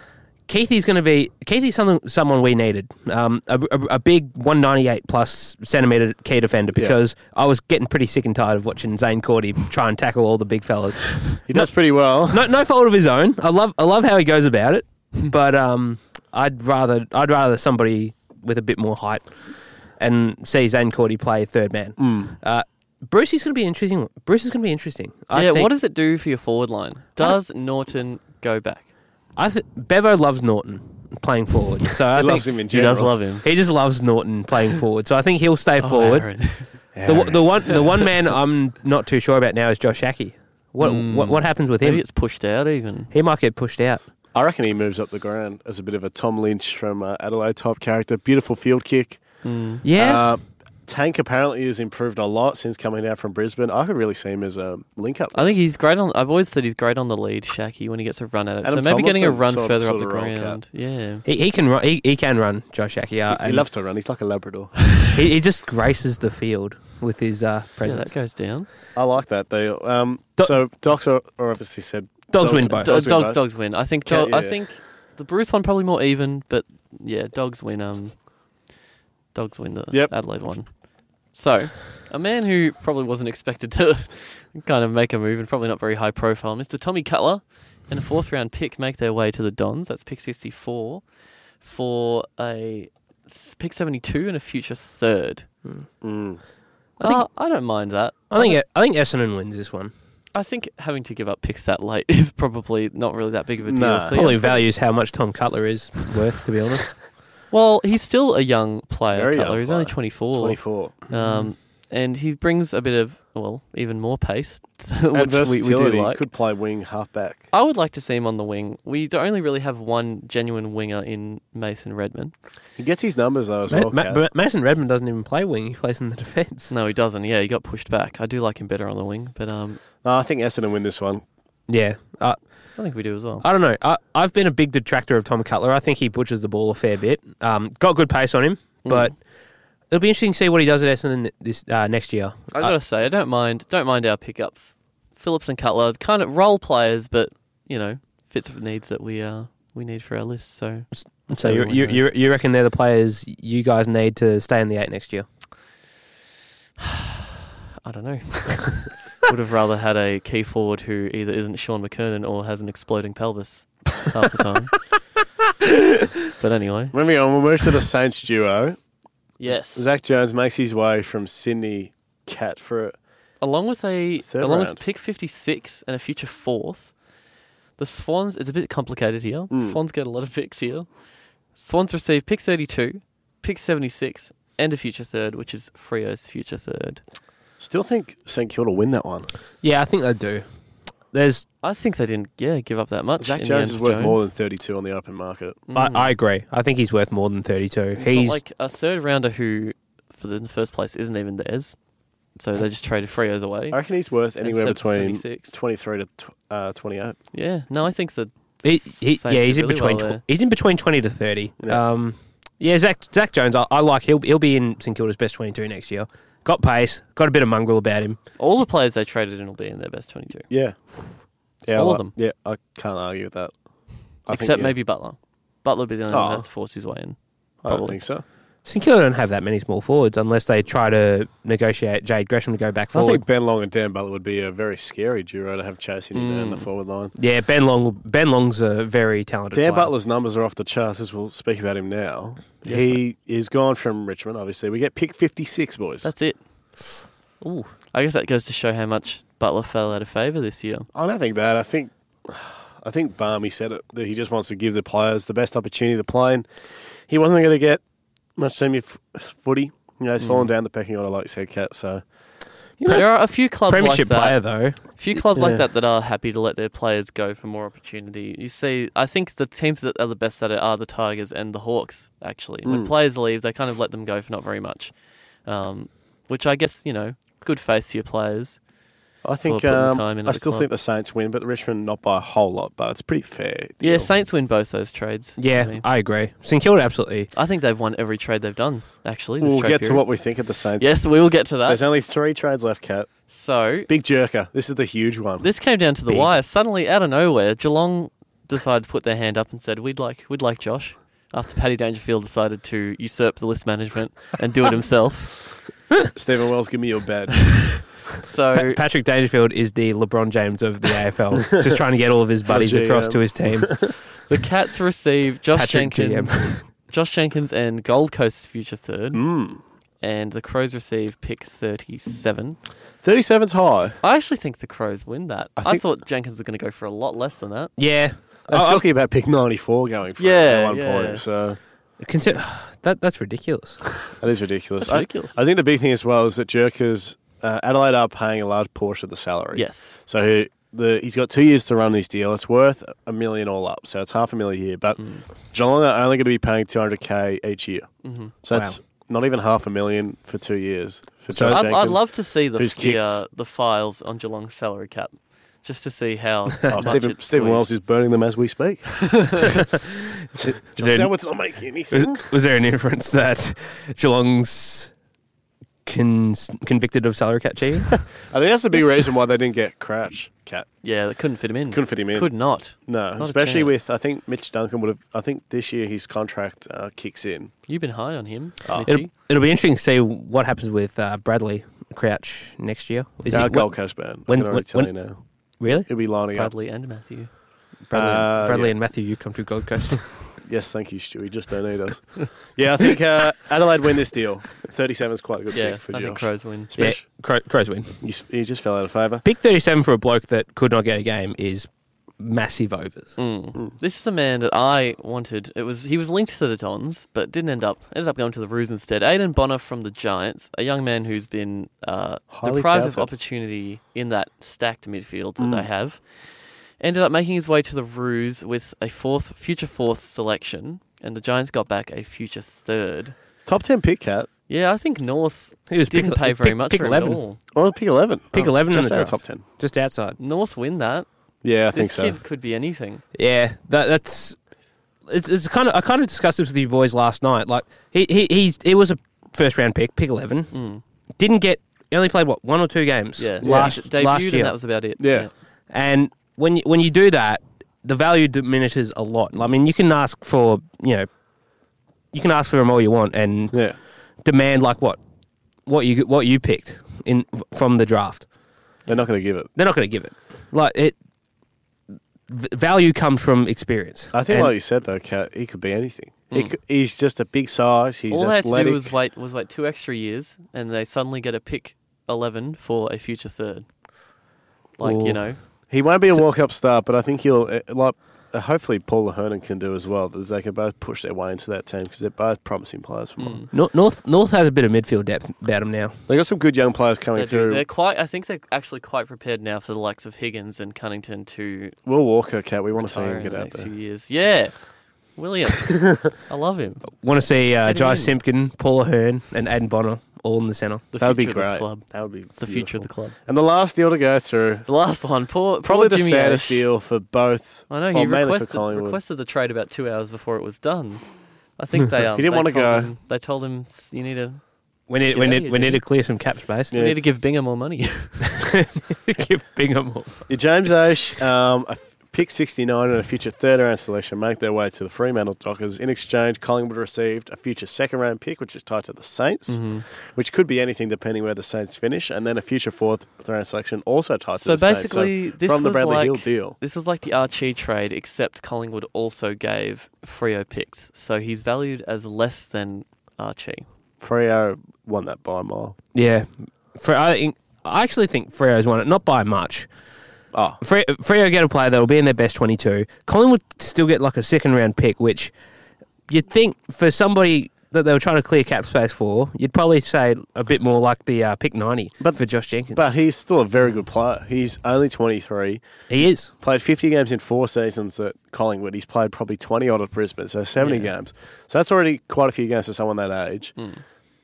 C: Keithy's going to be Keithy's something someone we needed. Um, a, a, a big 198 plus centimeter key defender
B: Yeah.
C: because I was getting pretty sick and tired of watching Zane Cordy try and tackle all the big fellas
B: He does pretty well.
C: no, no fault of his own. I love, I love how he goes about it,
B: Hmm.
C: but um, I'd rather, I'd rather somebody with a bit more height and see Zane Cordy play third man.
B: Hmm.
C: Uh, Brucey's going to be an interesting. one. Brucey's going to be interesting. I
A: yeah,
C: think,
A: what does it do for your forward line? Does Norton go back?
C: I th- Bevo loves Norton playing forward, so I
B: He
C: think
B: loves him in
A: He
B: general.
A: does love him.
C: he just loves Norton playing forward. So I think he'll
A: Oh,
C: stay forward. The,
B: Yeah.
C: w- the one, the one man I'm not too sure about now is Josh Aki. What, what, what happens with
A: Mm. Maybe
C: him?
A: it's pushed out even.
C: He might get pushed out.
B: I reckon he moves up the ground as a bit of a Tom Lynch from uh, Adelaide type character. Beautiful field kick.
C: Yeah,
B: Uh, Tank apparently has improved a lot since coming down from Brisbane. I could really see him as a link up.
A: I think he's great on. I've always said he's great on the lead, Shacky, when he gets a run at it. so
B: Adam
A: maybe getting a
B: Tomlinson
A: run
B: sort of-
A: further up
B: sort
A: the
B: of role
A: ground. Yeah.
C: he, he can run. He, he can run. Josh Aki. Uh,
B: he
C: and-
B: loves to run. He's like a Labrador.
C: he, he just graces the field with his uh,
A: So yeah,
C: presence.
A: that goes down.
B: I like that. They um,
C: Do-
B: so docs are, are obviously said
C: Dogs win
B: Dogs- Dog-
C: both.
A: dogs, dogs,
B: win,
A: dogs win. I think.
B: Cat-
A: Dog, I
B: yeah.
A: think the Bruce one probably more even, but yeah, dogs win. Um, dogs win the
B: Yep.
A: Adelaide one. So, a man who probably wasn't expected to kind of make a move and probably not very high profile, Mr. Tommy Cutler, and a fourth round pick make their way to the Dons. That's pick sixty four for a s- pick seventy two and a future third.
B: Mm.
A: I,
C: think-
A: I don't mind that.
C: I think I think Essendon wins this one.
A: I think having to give up picks that late is probably not really that big of a deal.
B: Nah.
A: So, yeah,
C: Probably values how much Tom Cutler is worth, to be honest.
A: Well, he's still a young player.
B: Very young
A: Cutler. he's only
B: player. Mm-hmm.
A: 24.
B: twenty four.
A: Um, and he brings a bit of, well, even more pace,
B: And
A: which we, we do
B: versatility.
A: like.
B: Could play wing, halfback.
A: I would like to see him on the wing. We do only really have one genuine winger in Mason Redmond.
B: He gets his numbers though as
C: Ma-
B: well.
C: Ma-
B: Kat.
C: Ma- Mason Redmond doesn't even play wing; he plays in the defence.
A: No, he doesn't. Yeah, he got pushed back. I do like him better on the wing, but um,
B: no, I think Essendon win this one.
C: Yeah, uh,
A: I think we do as well.
C: I
B: Uh,
C: don't know. I, I've been a big detractor of Tom Cutler. I think he butchers the ball a fair bit. Um, got good pace on him,
A: Mm.
C: but it'll be interesting to see what he does at Essendon this uh, next year.
A: I gotta say, I don't mind. Don't mind our pickups. Phillips and Cutler, kind of role players, but you know, fits with needs that we uh we need for our list. So
C: Uh, so you, you you you reckon they're the players you guys need to stay in the eight next year?
A: I don't know. Would have rather had a key forward who either isn't Sean McKernan or has an exploding pelvis half the time. but anyway,
B: Moving on, we'll move to the Saints duo.
A: yes.
B: Zach Jones makes his way from Sydney Cat for
A: along with a
B: Third
A: along
B: round.
A: with pick 56 and a future fourth the swans it's a bit complicated here
B: Mm.
A: swans get a lot of picks here swans receive pick 32 pick 76 and a future third which is Frio's future third
B: Still think St Kilda win that one.
C: Yeah, I think they do. There's
A: i think they didn't yeah give up that much
B: Zach
A: in the
B: Jones
A: end
B: is
A: for
B: worth more than
A: Jones.
B: thirty two on the open market.
A: Mm.
C: I, I agree. I think he's worth more than 32.
A: But,
C: He's
A: like a third rounder who for the in the first place isn't even theirs So they just traded Frio's away.
B: I reckon he's worth
A: and
B: anywhere
A: Seb-
B: between
A: 76.
B: 23 to tw- uh, 28.
A: Yeah. No, I think that.
C: He, he, yeah, he's in between. tw- he's in between twenty to thirty.
B: Yeah.
C: Yeah. Um, yeah, Zach Zach Jones. I, I like. He'll he'll be in St Kilda's best twenty two next year. Got pace. Got a bit of mongrel about him.
A: All the players they traded in will be in their best 22,
B: Yeah. yeah
A: All of
B: I li-
A: them.
B: Yeah, I can't argue with that. I think,
A: except
B: yeah.
A: maybe Butler. Butler will be the only
B: Oh.
A: one that has to force his way in.
B: I don't
A: probably.
B: think so.
C: St Kilda don't have that many small forwards unless they try to negotiate Jade Gresham to go back
B: I
C: forward.
B: think Ben Long and Dan Butler would be a very scary duo to have chasing you down
A: Mm.
B: the forward line.
C: yeah, Ben Long. Ben Long's a very talented.
B: Dan
C: player.
B: Butler's numbers are off the charts as we'll speak about him now.
A: Yes,
B: he is gone from Richmond, obviously. We get pick 56, boys.
A: That's it.
C: Ooh.
A: I guess that goes to show how much Butler fell out of favour this year.
B: I don't think that. I think I think Barmy said it that he just wants to give the players the best opportunity to play. And he wasn't going to get much semi f- footy. You know, he's
A: Mm.
B: fallen down the pecking order, like you said, Cat. So you know,
A: there are a few clubs like
C: Premiership
A: that.
C: player though.
A: few clubs
B: Yeah.
A: like that that are happy to let their players go for more opportunity. You see, I think the teams that are the best at it are the Tigers and the Hawks. Actually, when
B: Mm.
A: players leave, they kind of let them go for not very much, um, which I guess you know, good face to your players.
B: I think
A: putting the
B: um,
A: time in
B: I
A: at the
B: still
A: club.
B: think the Saints win, but Richmond not by a whole lot. But it's pretty fair.
A: Yeah,
B: deal.
A: Saints win both those trades.
C: Yeah,
A: I, mean,
C: I agree. St Kilda absolutely.
A: I think they've won every trade they've done. Actually, this
B: We'll
A: trade
B: get to
A: period.
B: what we think of the Saints.
A: Yes, we will get to
B: There's
A: that.
B: only three trades left, Cat.
A: So
B: Big jerker. This is the huge one.
A: this came down to the
C: Big.
A: wire. Suddenly, out of nowhere, Geelong decided to put their hand up and said, "We'd like, we'd like Josh." After Paddy Dangerfield decided to usurp the list management and do it himself,
B: Stephen Wells, give me your bed.
A: so
C: Pa- Patrick Dangerfield is the LeBron James of the AFL, just trying to get all of his buddies
B: GM.
C: across to his team.
A: the Cats received Josh
C: Patrick
A: Jenkins, Josh Jenkins, and Gold Coast's future third,
B: Mm.
A: and the Crows received pick thirty-seven.
B: 37's high.
A: I actually think the Crows win that.
B: I
A: I,
B: think-
A: thought Jenkins was going to go for a lot less than that.
C: Yeah, Oh,
B: They're
C: I- I-
B: talking about pick 94 going for it
A: Yeah,
B: at one
A: yeah.
B: point. So
C: Consider oh, that that's ridiculous.
B: that is ridiculous.
A: That's
B: I-
A: ridiculous.
B: I think the big thing as well is that Jerkers, uh, Adelaide are paying a large portion of the salary.
A: yes.
B: So he, the, he's got two years to run this deal. It's worth a million all up. So it's half a million here. But
A: Mm.
B: Geelong are only going to be paying 200K each year.
A: hmm
B: So that's not even half a million for two years. For
C: So
B: Josh
A: I'd, I'd
B: Jenkins.
A: love to see the
B: who's
A: the, uh, the files on Geelong's salary cap, just to see how
B: Oh,
A: much
B: Stephen,
A: it's
B: Stephen Wells
A: squeezed.
B: is burning them as we speak.
C: Is there-
B: Selwood's not making
C: Was,
B: anything.
C: was there an inference that Geelong's con- convicted of salary cat cheating?
B: I think that's the big reason why they didn't get Crouch. Cat
A: Yeah, they couldn't fit him in.
B: couldn't fit him in.
A: Could not.
B: No,
A: Not a
B: especially
A: chance.
B: with I think Mitch Duncan would have. I think this year his contract uh, kicks in.
A: You've been high on him, Mitchie.
B: Oh.
C: it'll, it'll be interesting to see what happens with uh, Bradley Crouch next year. Is
B: uh,
C: he
B: Gold Coast band.
C: when-
B: I can already
C: when-
B: tell
C: when-
B: you now.
C: really
B: He'll be lining
A: Bradley and Matthew.
C: Bradley,
B: Uh,
C: Bradley
B: yeah.
C: and Matthew? You come to Gold Coast.
B: up. Yes, thank you, Stewie. Just don't need us. yeah, I think uh, Adelaide win this deal. Thirty-seven is quite a good
A: Yeah,
B: pick for
A: I think
B: Josh.
A: Crows win.
C: yeah,
B: Smash.
C: Cro- Crows win.
B: He's- He just fell out of favour.
C: Big thirty-seven for a bloke that could not get a game is massive overs.
A: Mm.
B: Mm.
A: This is a man that I wanted. It was he was linked to the Dons, but didn't end up ended up going to the Roos instead. Aidan Bonner from the Giants, a young man who's been uh,
B: Highly
A: deprived
B: touted.
A: of opportunity in that stacked midfield that
B: Mm.
A: they have. Ended up making his way to the Ruse with a fourth future fourth selection, and the Giants got back a future third.
B: Top ten pick, cat.
A: Yeah, I think North
C: He was
A: didn't
C: pick,
A: pay very
C: pick-
A: much
C: Pick
A: for him
C: eleven,
A: at all.
B: Or pick eleven.
C: Pick
B: Oh,
C: 11 in
B: Just
C: the
B: out of
C: draft.
B: top ten.
C: just outside.
A: North win that.
B: Yeah, I think
A: this
B: so.
A: kid could be anything.
C: Yeah, that, that's it's, it's kind of I kind of discussed this with you boys last night. Like he he he's, he was a first round pick, pick eleven.
A: Mm.
C: Didn't get he only played what one or two games.
A: Yeah,
C: last
A: He debuted
C: last
A: and
C: year.
A: that was about it.
B: Yeah.
C: and when you, when you do that, the value diminishes a lot. I mean, you can ask for you know you can ask for him all you want and
B: Yeah.
C: demand like what what you what you picked in from the draft.
B: They're not going to give it.
C: They're not going to give it like it. v- Value comes from experience.
B: I think,
C: And-
B: like you said though, Cat, he could be anything. He
A: Mm.
B: could, he's just a big size. He's
A: All they had
B: athletic.
A: to do was wait was wait two extra years, and they suddenly get a pick eleven for a future third. Like
C: Ooh.
A: you know,
B: He won't be a walk-up star, but I think he'll uh, like. uh, Hopefully, Paul Lahernan can do as well. Because they can both push their way into that team because they're both promising players. From
A: mm.
C: Nor- North North has a bit of midfield depth about them now.
B: They got some good young players coming
A: they do.
B: through.
A: They're quite. I think they're actually quite prepared now for the likes of Higgins and Cunnington to
B: Will Walker, Cat. We want to see
A: retire
B: him
A: in
B: get
A: the
B: out
A: next
B: there.
A: few years. Yeah, William, I love him.
C: Want to see uh,
B: Oh,
A: Get him
C: Jai
A: in.
C: Simpkin, Paul Ahern, and Aiden Bonner all in the centre.
A: The
B: That would be
A: future of
B: great.
A: this club.
B: That would be
A: It's the future of the club.
B: And the last deal to go through,
A: The last one, poor,
B: probably
A: poor
B: the
A: Jimmy
B: saddest
A: Ash.
B: deal for both.
A: I know
B: well,
A: he
B: mainly for
A: requested
B: Collingwood.
A: requested the trade about two hours before it was done. I think they um,
B: He didn't
A: they
B: wanna
A: told
B: go.
A: Him, they told him "S- you need to
C: We need,
A: Yeah,
C: we need,
A: you
C: we
A: do.
C: need to clear some cap space.
A: you
B: Yeah.
A: need to give Bingham more money.
C: Give Bingham all.
B: Your James Ash, um, a f- pick 69 and a future third round selection make their way to the Fremantle Dockers. In exchange, Collingwood received a future second round pick, which is tied to the Saints, which could be anything depending where the Saints finish, and then a future fourth round selection also tied
A: so
B: to the Saints.
A: basically, this
B: from the
A: was
B: Bradley
A: like
B: Hill deal.
A: this was like the Archie trade, except Collingwood also gave Frio picks, so he's valued as less than Archie.
B: Freo won that by a mile.
C: Yeah, Fre- I, think- I actually think Freo's won it, not by much.
B: Oh,
C: Fre- Freo get a player that'll be in their best 22. Collingwood still get like a second round pick, which you'd think for somebody that they were trying to clear cap space for, you'd probably say a bit more like the uh, pick 90
B: But-
C: for Josh Jenkins.
B: but he's still a very good player. He's only 23.
C: he is.
B: Played 50 games in four seasons at Collingwood. He's played probably 20 odd at Brisbane, so 70
A: Yeah. Hmm.
B: games. So that's already quite a few games for someone that age.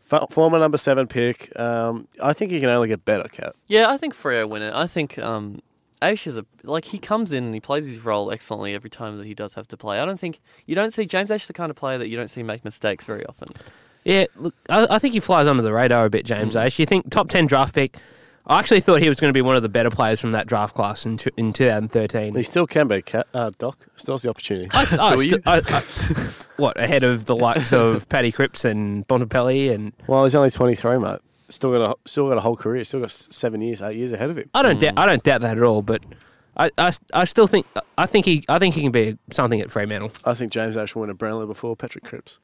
B: Fo- Former number seven pick. Um, I think he can only get better, Cat.
A: Yeah, I think Freo win it. I think um, Aish is a like he comes in and he plays his role excellently every time that he does have to play. I don't think you don't see James Ash is the kind of player that you don't see make mistakes very often.
C: Yeah, look, I, I think he flies under the radar a bit, James
B: Mm.
C: Ash. You think top 10 draft pick. I actually thought he was going to be one of the better players from that draft class in, t- in 2013.
A: Hmm.
B: He still can be, Cat. Uh, Doc. Still has the opportunity.
C: I, I,
A: Who are
C: st- I, I, what ahead of the likes of Paddy Cripps and Bontempelli, and
B: Well, he's only 23, mate. Still got a still got a whole career. Still got s- seven years, eight years ahead of him.
C: I don't
A: Hmm.
C: doubt I don't doubt that at all. But I, I, I still think I think he I think he can be something at Fremantle.
B: I think James Ash will win a Brownlow before Patrick Cripps.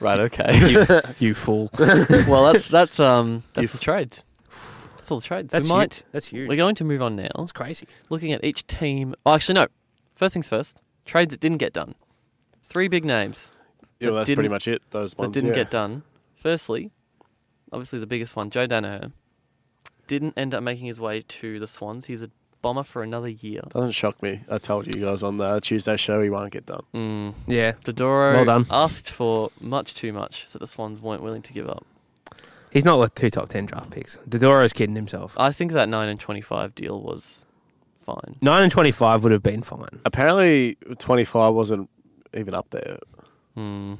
A: Right. Okay.
C: You, you fool!
A: well, that's that's um that's the trades. That's all the trades.
C: That's
A: we might.
C: huge. That's huge.
A: We're going to move on now.
C: That's crazy.
A: Looking at each team. Oh, actually, no. First things first. Trades that didn't get done. Three big names
B: Yeah,
A: That
B: well, that's pretty
A: didn't-
B: much it. Those
A: that
B: ones
A: didn't
B: yeah.
A: get done. Firstly, obviously the biggest one, Joe Danaher, didn't end up making his way to the Swans. He's a bomber for another year.
B: Doesn't shock me. I told you guys on the Tuesday show he won't get done.
A: Mm.
C: Yeah,
A: Dodoro
C: Well done.
A: asked for much too much that the Swans weren't willing to give up.
C: he's not worth two top ten draft picks. Dodoro's kidding himself.
A: I think that 9 and 25 deal was fine.
C: Nine and twenty five would have been fine.
B: Apparently, 25 wasn't even up there.
A: Hmm.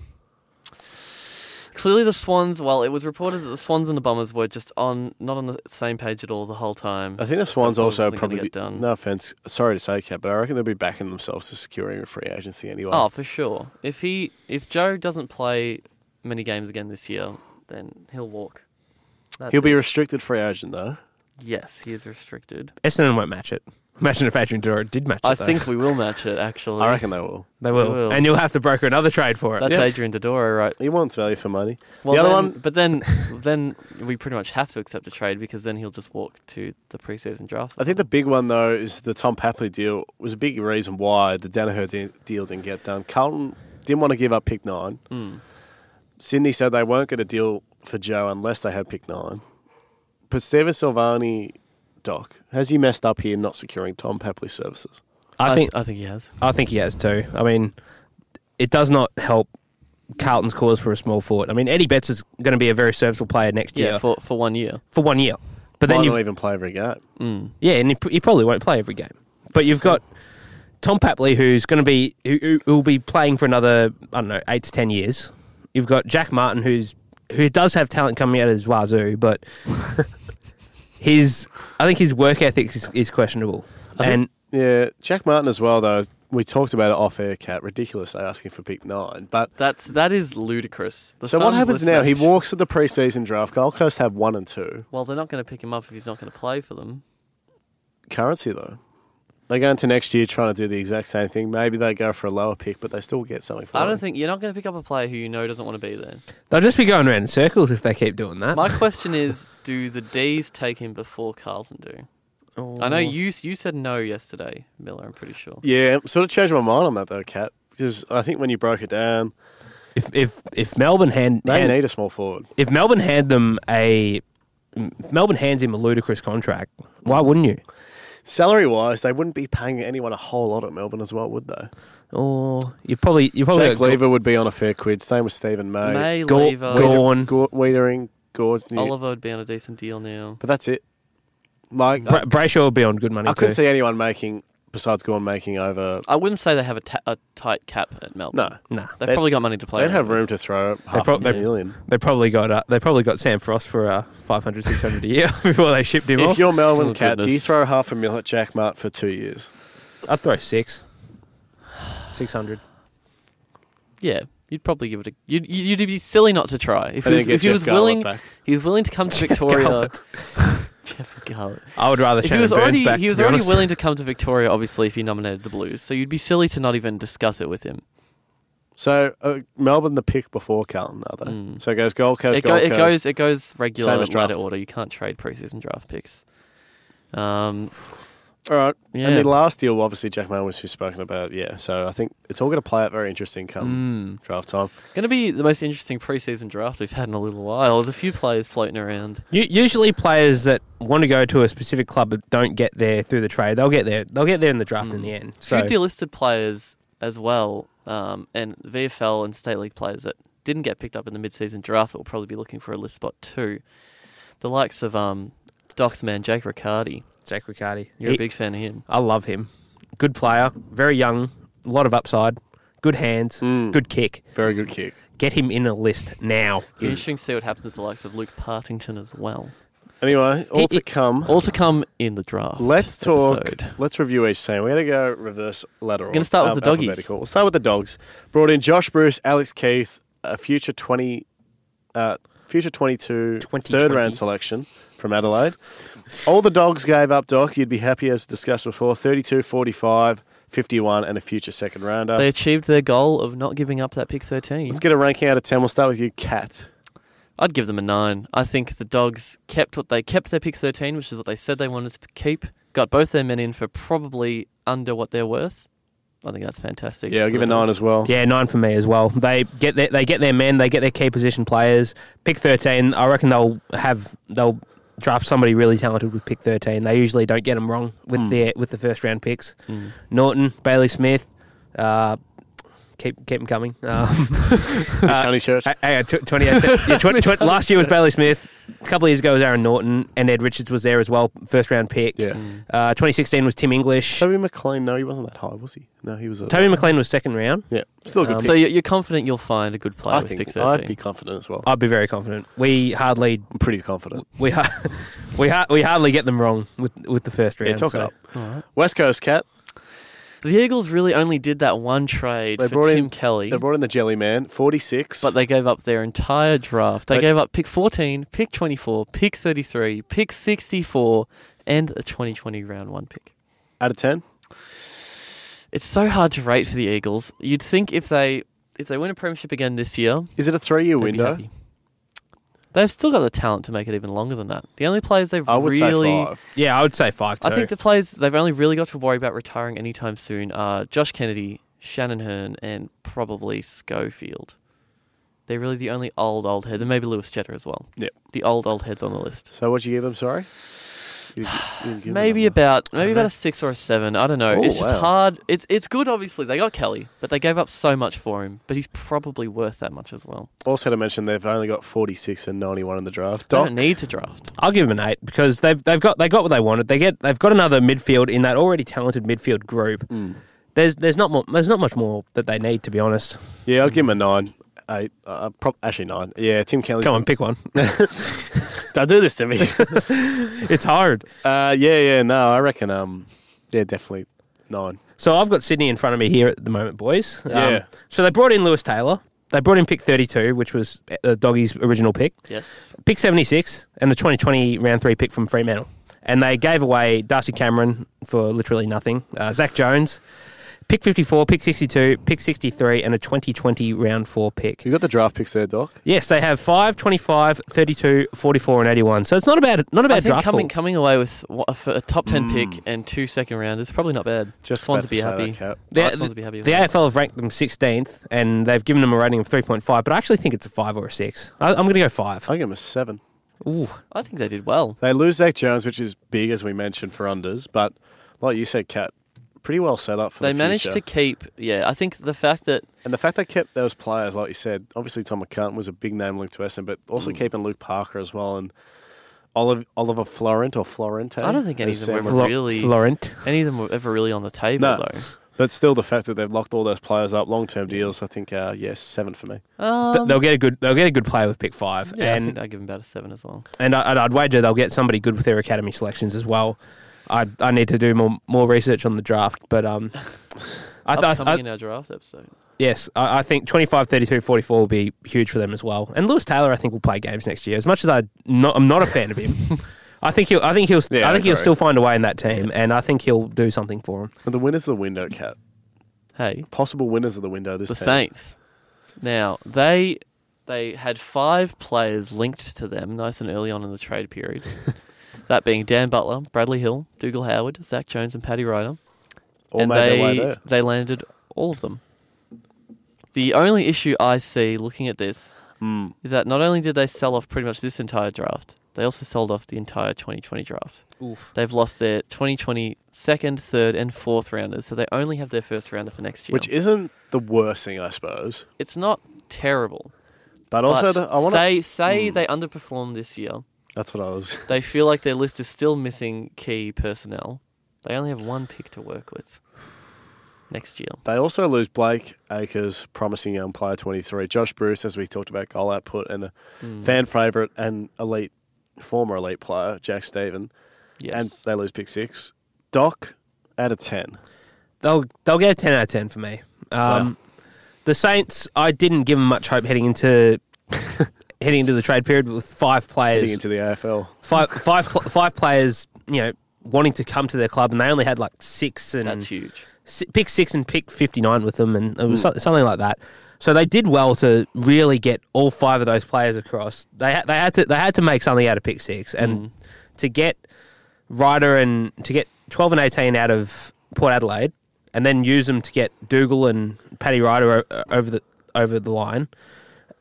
A: Clearly, the Swans. Well, it was reported that the Swans and the Bombers were just on not on the same page at all the whole time.
B: I think the
A: So
B: Swans
A: it
B: also
A: wasn't gonna
B: probably.
A: get
B: Be,
A: done.
B: No offense, sorry to say, Cap, but I reckon they'll be backing themselves to securing a free agency anyway.
A: Oh, for sure. If he, if Joe doesn't play many games again this year, then he'll walk. That's
B: He'll be
A: it.
B: a restricted free agent though.
A: yes, he is restricted.
C: Essendon won't match it. Imagine if Adrian Dodoro did match it.
A: I
C: though.
A: think we will match it. Actually,
B: I reckon they will.
C: they will.
A: They will.
C: and you'll have to broker another trade for it.
A: that's
B: Yeah.
A: Adrian Dodoro, right?
B: He wants value for money.
A: Well,
B: the other
A: then,
B: one,
A: but then, then we pretty much have to accept a trade because then he'll just walk to the preseason draft.
B: I think the big one though is the Tom Papley deal was a big reason why the Danaher de- deal didn't get done. Carlton didn't want to give up pick nine.
A: Mm.
B: Sydney said they weren't going to deal for Joe unless they had pick nine. But Steven Silvani, Doc, has he messed up here not securing Tom Papley's services?
C: I think
A: I think he has.
C: I think he has too. I mean, it does not help Carlton's cause for a small forward. I mean, Eddie Betts is going to be a very serviceable player next
A: Yeah,
C: year for,
A: for for one year.
C: one year. But
B: But
C: then
B: then
C: you,
B: not even play every game.
A: Mm.
C: yeah, and he, pr- he probably won't play every game. But you've got Tom Papley, who's going to be who- who will be playing for another I don't know eight to ten years. You've got Jack Martin, who's who does have talent coming out of his wazoo, but his I think his work ethic is, is questionable.
B: I think-
C: and
B: Yeah, Jack Martin as well though. We talked about it off air, Cat. Ridiculous they asking for pick nine. But
A: That's that is ludicrous. The
B: so what
A: Suns
B: happens
A: list
B: now? He
A: match-
B: walks to the preseason draft. Gold Coast have one and two.
A: Well, they're not going to pick him up if he's not going to play for them.
B: Currency though. They go into next year trying to do the exact same thing. Maybe they go for a lower pick, but they still get something for
A: I
B: him.
A: don't think you're not going to pick up a player who you know doesn't want to be there.
C: they'll just be going around in circles if they keep doing that.
A: My question is, do the D's take him before Carlton do? I know you you said no yesterday, Miller. I'm pretty sure.
B: Yeah, sort of changed my mind on that though, Cat. Because I think when you broke it down,
C: If if if Melbourne hand,
B: they
C: hand-
B: need a small forward.
C: if Melbourne hand them a Melbourne hands him a ludicrous contract, why wouldn't you?
B: salary wise, they wouldn't be paying anyone a whole lot at Melbourne as well, would they?
C: Or you probably you probably
B: Jake
C: got
B: Lever would be on a fair quid. Same with Stephen May.
A: May
C: Gor-
A: Lever,
C: Gor-
B: Gorn. Wiedering, Gordon.
A: Oliver would be on a decent deal now.
B: But that's it. Like,
C: Bra- Brayshaw would be on good money
B: I, I
C: too.
B: couldn't see anyone making, besides Gorn, making over.
A: I wouldn't say they have a, ta- a tight cap at Melbourne.
B: No.
C: nah,
A: they've
B: They'd-
A: probably got money to play.
B: They'd have
A: around
B: room
A: with.
B: to throw half
C: prob-
B: a
C: they-
B: million.
C: they probably got uh, they probably got Sam Frost for uh, 500, 600 a year before they shipped him
B: If
C: off.
B: you're Melbourne
A: Oh,
B: Cat, do you
A: goodness.
B: throw half a mil at Jack Mart for two years?
C: I'd throw six, six hundred.
A: Yeah, you'd probably give it a. You'd, you'd you'd be silly not to try if he
B: And
A: was,
B: then get
A: if he
B: Jeff
A: was
B: Garland
A: willing.
B: back.
A: He was willing to come to Victoria.
C: Garland.
A: Jeff Garland.
C: I would rather
A: If he
C: Shannon
A: was
C: Burns
A: already
C: back.
A: he
C: to
A: was
C: be
A: already
C: honest.
A: willing to come to Victoria, obviously if he nominated the Blues, so you'd be silly to not even discuss it with him.
B: So uh, Melbourne, the pick before Carlton, are they?
A: Mm.
B: So it goes Gold Coast,
A: It, go,
B: Gold
A: it
B: Coast.
A: goes it goes regular
B: Same as draft.
A: ladder order. You can't trade preseason draft picks. Um,
B: All right.
A: yeah.
B: And the last deal, obviously, Jack Mart was just spoken about. Yeah. So I think it's all going to play out very interesting come
A: Mm.
B: draft time.
A: Going to be the most interesting preseason draft we've had in a little while. There's a few players floating around.
C: U- Usually, players that want to go to a specific club but don't get there through the trade, they'll get there. They'll get there in the draft in
A: Mm.
C: the end.
A: Few
C: So
A: delisted players as well, um, and VFL and state league players that didn't get picked up in the mid-season draft that will probably be looking for a list spot too. The likes of um, Doc's man Jake Riccardi.
C: Jack Riccardi,
A: You're
C: He-
A: a big fan of him.
C: I love him. Good player, very young, a lot of upside, good hands,
B: Mm.
C: good kick.
B: Very good kick.
C: Get him in a list now.
A: Be interesting to see what happens with the likes of Luke Partington as well.
B: Anyway, all
A: He-
B: to
A: he-
B: come.
A: All to come in the draft.
B: Let's talk.
A: episode.
B: Let's review each team. We're going to go reverse lateral.
A: Gonna start with the doggies.
B: alphabetical. We'll start with the dogs. Brought in Josh Bruce, Alex Keith, a future 20, uh, future 22 third
C: 2020.
B: round selection from Adelaide. All the dogs gave up, Doc. You'd be happy, as discussed before, 32, 45, 51, and a future second rounder.
A: They achieved their goal of not giving up that pick 13.
B: Uh, Let's get a ranking out of 10. We'll start with you, Cat.
A: I'd give them a 9. I think the Dogs kept what they kept their pick 13, which is what they said they wanted to keep. Got both their men in for probably under what they're worth. I think that's fantastic.
B: Yeah, I'll give a 9 as well.
C: Yeah, nine for me as well. They get their, they get their men, they get their key position players. Pick thirteen, I reckon they'll have they'll draft somebody really talented with pick thirteen. They usually don't get them wrong with
B: Hmm.
C: their with the first round picks.
A: Mm.
C: Norton, Bailey Smith, uh, keep keep them coming. Um, uh,
B: Shiny shirt.
C: Hey, Hey, uh, tw- 2018. yeah, tw- tw- last year was Bailey Smith. A couple of years ago was Aaron Norton, and Ed Richards was there as well, first round pick.
B: Yeah.
A: Mm.
C: Uh, 2016 was Tim English.
B: Toby McLean, no, he wasn't that high, was he? No, he was a.
C: Toby McLean was second round.
B: yeah, still a good
C: Um,
B: pick.
A: So you- you're confident you'll find a good player
B: I
A: with
B: think
A: pick 13.
B: I'd be confident as well.
C: I'd be very confident. We hardly
B: I'm pretty confident.
C: we ha- we ha- we hardly get them wrong with with the first round.
B: Yeah, talk it
C: so-
B: up.
A: Alright.
B: West Coast Cat.
A: The Eagles really only did that one trade
B: They
A: for
B: brought in-
A: Tim Kelly,
B: They brought in the Jelly Man, 46.
A: but they gave up their entire draft. They
B: They-
A: gave up pick 14, pick 24, pick 33, pick 64, and a 2020 round one pick.
B: out of 10.
A: It's so hard to rate for the Eagles. You'd think if they if they win a premiership again this year,
B: Is it a three year
A: they'd be
B: window?
A: happy. They've still got the talent to make it even longer than that. The only players they've
B: I would
A: really
B: say five.
C: Yeah, I would say five. Too.
A: I think the players they've only really got to worry about retiring anytime soon are Josh Kennedy, Shannon Hearn, and probably Schofield. They're really the only old old heads, and maybe Lewis Cheddar as well.
B: Yep.
A: The old old heads on the list.
B: So what'd you give them, sorry? You- you didn't give them
A: Maybe
B: a number.
A: about maybe
C: know.
A: about a six or a seven. I don't know.
B: Oh,
A: it's just
B: wow.
A: hard. It's it's good. Obviously, they got Kelly, but they gave up so much for him. But he's probably worth that much as well.
B: Also to mention they've only got 46 and 91 in the draft.
A: They
B: Doc,
A: don't need to draft.
C: I'll give them an eight because they've they've got they got what they wanted. They get they've got another midfield in that already talented midfield group.
B: Hmm.
C: There's there's not more, there's not much more that they need to be honest.
B: yeah, I'll give him a nine. Eight, uh, prob- actually nine. Yeah, Tim Kelly's.
C: Come on, pick one.
B: don't do this to me.
C: it's hard.
B: uh, yeah, yeah, no, I reckon. Um, yeah, definitely nine.
C: So I've got Sydney in front of me here at the moment, boys. Um,
B: Yeah.
C: So they brought in Lewis Taylor. They brought in pick 32, which was uh, Doggy's original pick,
A: Yes.
C: pick 76, and the 2020 round three pick from Fremantle. And they gave away Darcy Cameron for literally nothing, uh, Zach Jones, pick 54, pick 62, pick 63, and a 2020 round four pick.
B: You got the draft picks there, Doc.
C: Yes, they have 5, 25, 32, 44, and 81. So it's not a bad, not a bad
A: I think
C: draft
A: coming
C: haul.
A: coming away with wha- a f- a top ten pick and two second rounders probably not bad.
B: Hmm. Just
A: Swans
B: about
A: would be
B: to say
A: happy.
B: that, Cat.
A: The,
C: The-
A: Swans would be happy with
C: The
A: that.
C: AFL have ranked them 16th, and they've given them a rating of 3.5, but I actually think it's a 5 or a 6. I, I'm going to go 5.
B: I'll give him a seven.
C: Ooh,
A: I think they did well.
B: They lose Zach Jones, which is big as we mentioned for unders, but like you said, Kat, pretty well set up for
A: they
B: the
A: managed
B: future.
A: to keep. Yeah, I think the fact that
B: And the fact they kept those players, like you said, obviously Tom McCann was a big name linked to Essendon, but also
A: Hmm.
B: keeping Luke Parker as well and Olive, Oliver Florent or Florente.
A: I don't think
B: as
A: any of them
B: Sam
A: were
B: would-
C: Flo-
A: really-
C: Florent.
A: any of them were ever really on the table
B: No.
A: though.
B: But still, the fact that they've locked all those players up, long term deals, I think, uh, yes, seven for me.
A: Um,
C: Th- they'll get a good. They'll get a good player with pick five,
A: yeah, I think
C: and
A: I'd give them about a seven as well.
C: and I, I'd, I'd wager they'll get somebody good with their academy selections as well. I I need to do more more research on the draft, but um, I, th- I,
A: Upcoming
C: I
A: in our draft episode.
C: Yes, I, I think 25, 32, 44 will be huge for them as well. And Lewis Taylor, I think, will play games next year. As much as I not, I'm not a fan of him, I think he'll, I think he'll,
B: Yeah,
C: I
B: I
C: think he'll
B: agree.
C: still find a way in that team, and I think he'll do something for him.
B: But the winners of the window, Cat.
A: Hey,
B: Possible winners of the window this
A: the
B: team.
A: Saints. Now they they had five players linked to them, nice and early on in the trade period. that being Dan Butler, Bradley Hill, Dougal Howard, Zach Jones, and Paddy Ryder.
B: All
A: and
B: made
A: they
B: their way there.
A: they landed all of them. The only issue I see looking at this
B: Mm.
A: is that not only did they sell off pretty much this entire draft, they also sold off the entire 2020 draft.
C: Oof.
A: They've lost their 2020 second, third, and fourth rounders, so they only have their first rounder for next year.
B: Which isn't the worst thing, I suppose.
A: it's not terrible.
B: But
A: but
B: also, the, I Hmm. want to.
A: say say they underperform this year.
B: That's what I was.
A: They feel like their list is still missing key personnel. They only have one pick to work with next year.
B: They also lose Blake Akers, promising young player 23. Josh Bruce, as we talked about, goal output and a
A: Hmm. Mm.
B: fan favourite and elite, former elite player, Jack Steven. And
A: Yes.
B: they lose pick six. Doc out of 10.
C: They'll they'll get a ten out of ten for me. Um, The Saints, I didn't give them much hope heading into heading into the trade period with five
B: Heading
C: players,
B: into the AFL.
C: five five pl- five players, you know, wanting to come to their club, and they only had like six and
A: That's huge.
C: si- pick six and pick 59 with them, and it was so- something like that. So they did well to really get all five of those players across. They ha- they had to they had to make something out of pick six,
A: Hmm.
C: and to get Ryder and to get 12 and 18 out of Port Adelaide, and then use them to get Dougal and Paddy Ryder o- over the over the line,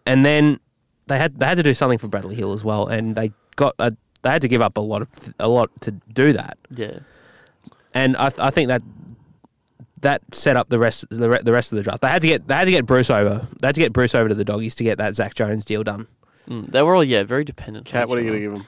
C: and then they had they had to do something for Bradley Hill as well, and they got a, they had to give up a lot of a lot to do that
A: Yeah.
C: and I, th- I think that that set up the rest the, re- the rest of the draft. They had to get they had to get Bruce over. They had to get Bruce over to the doggies to get that Zach Jones deal done.
A: Mm, they were all, yeah, very dependent. on
B: Cat, what are
A: each
B: you
A: other.
B: going to give him?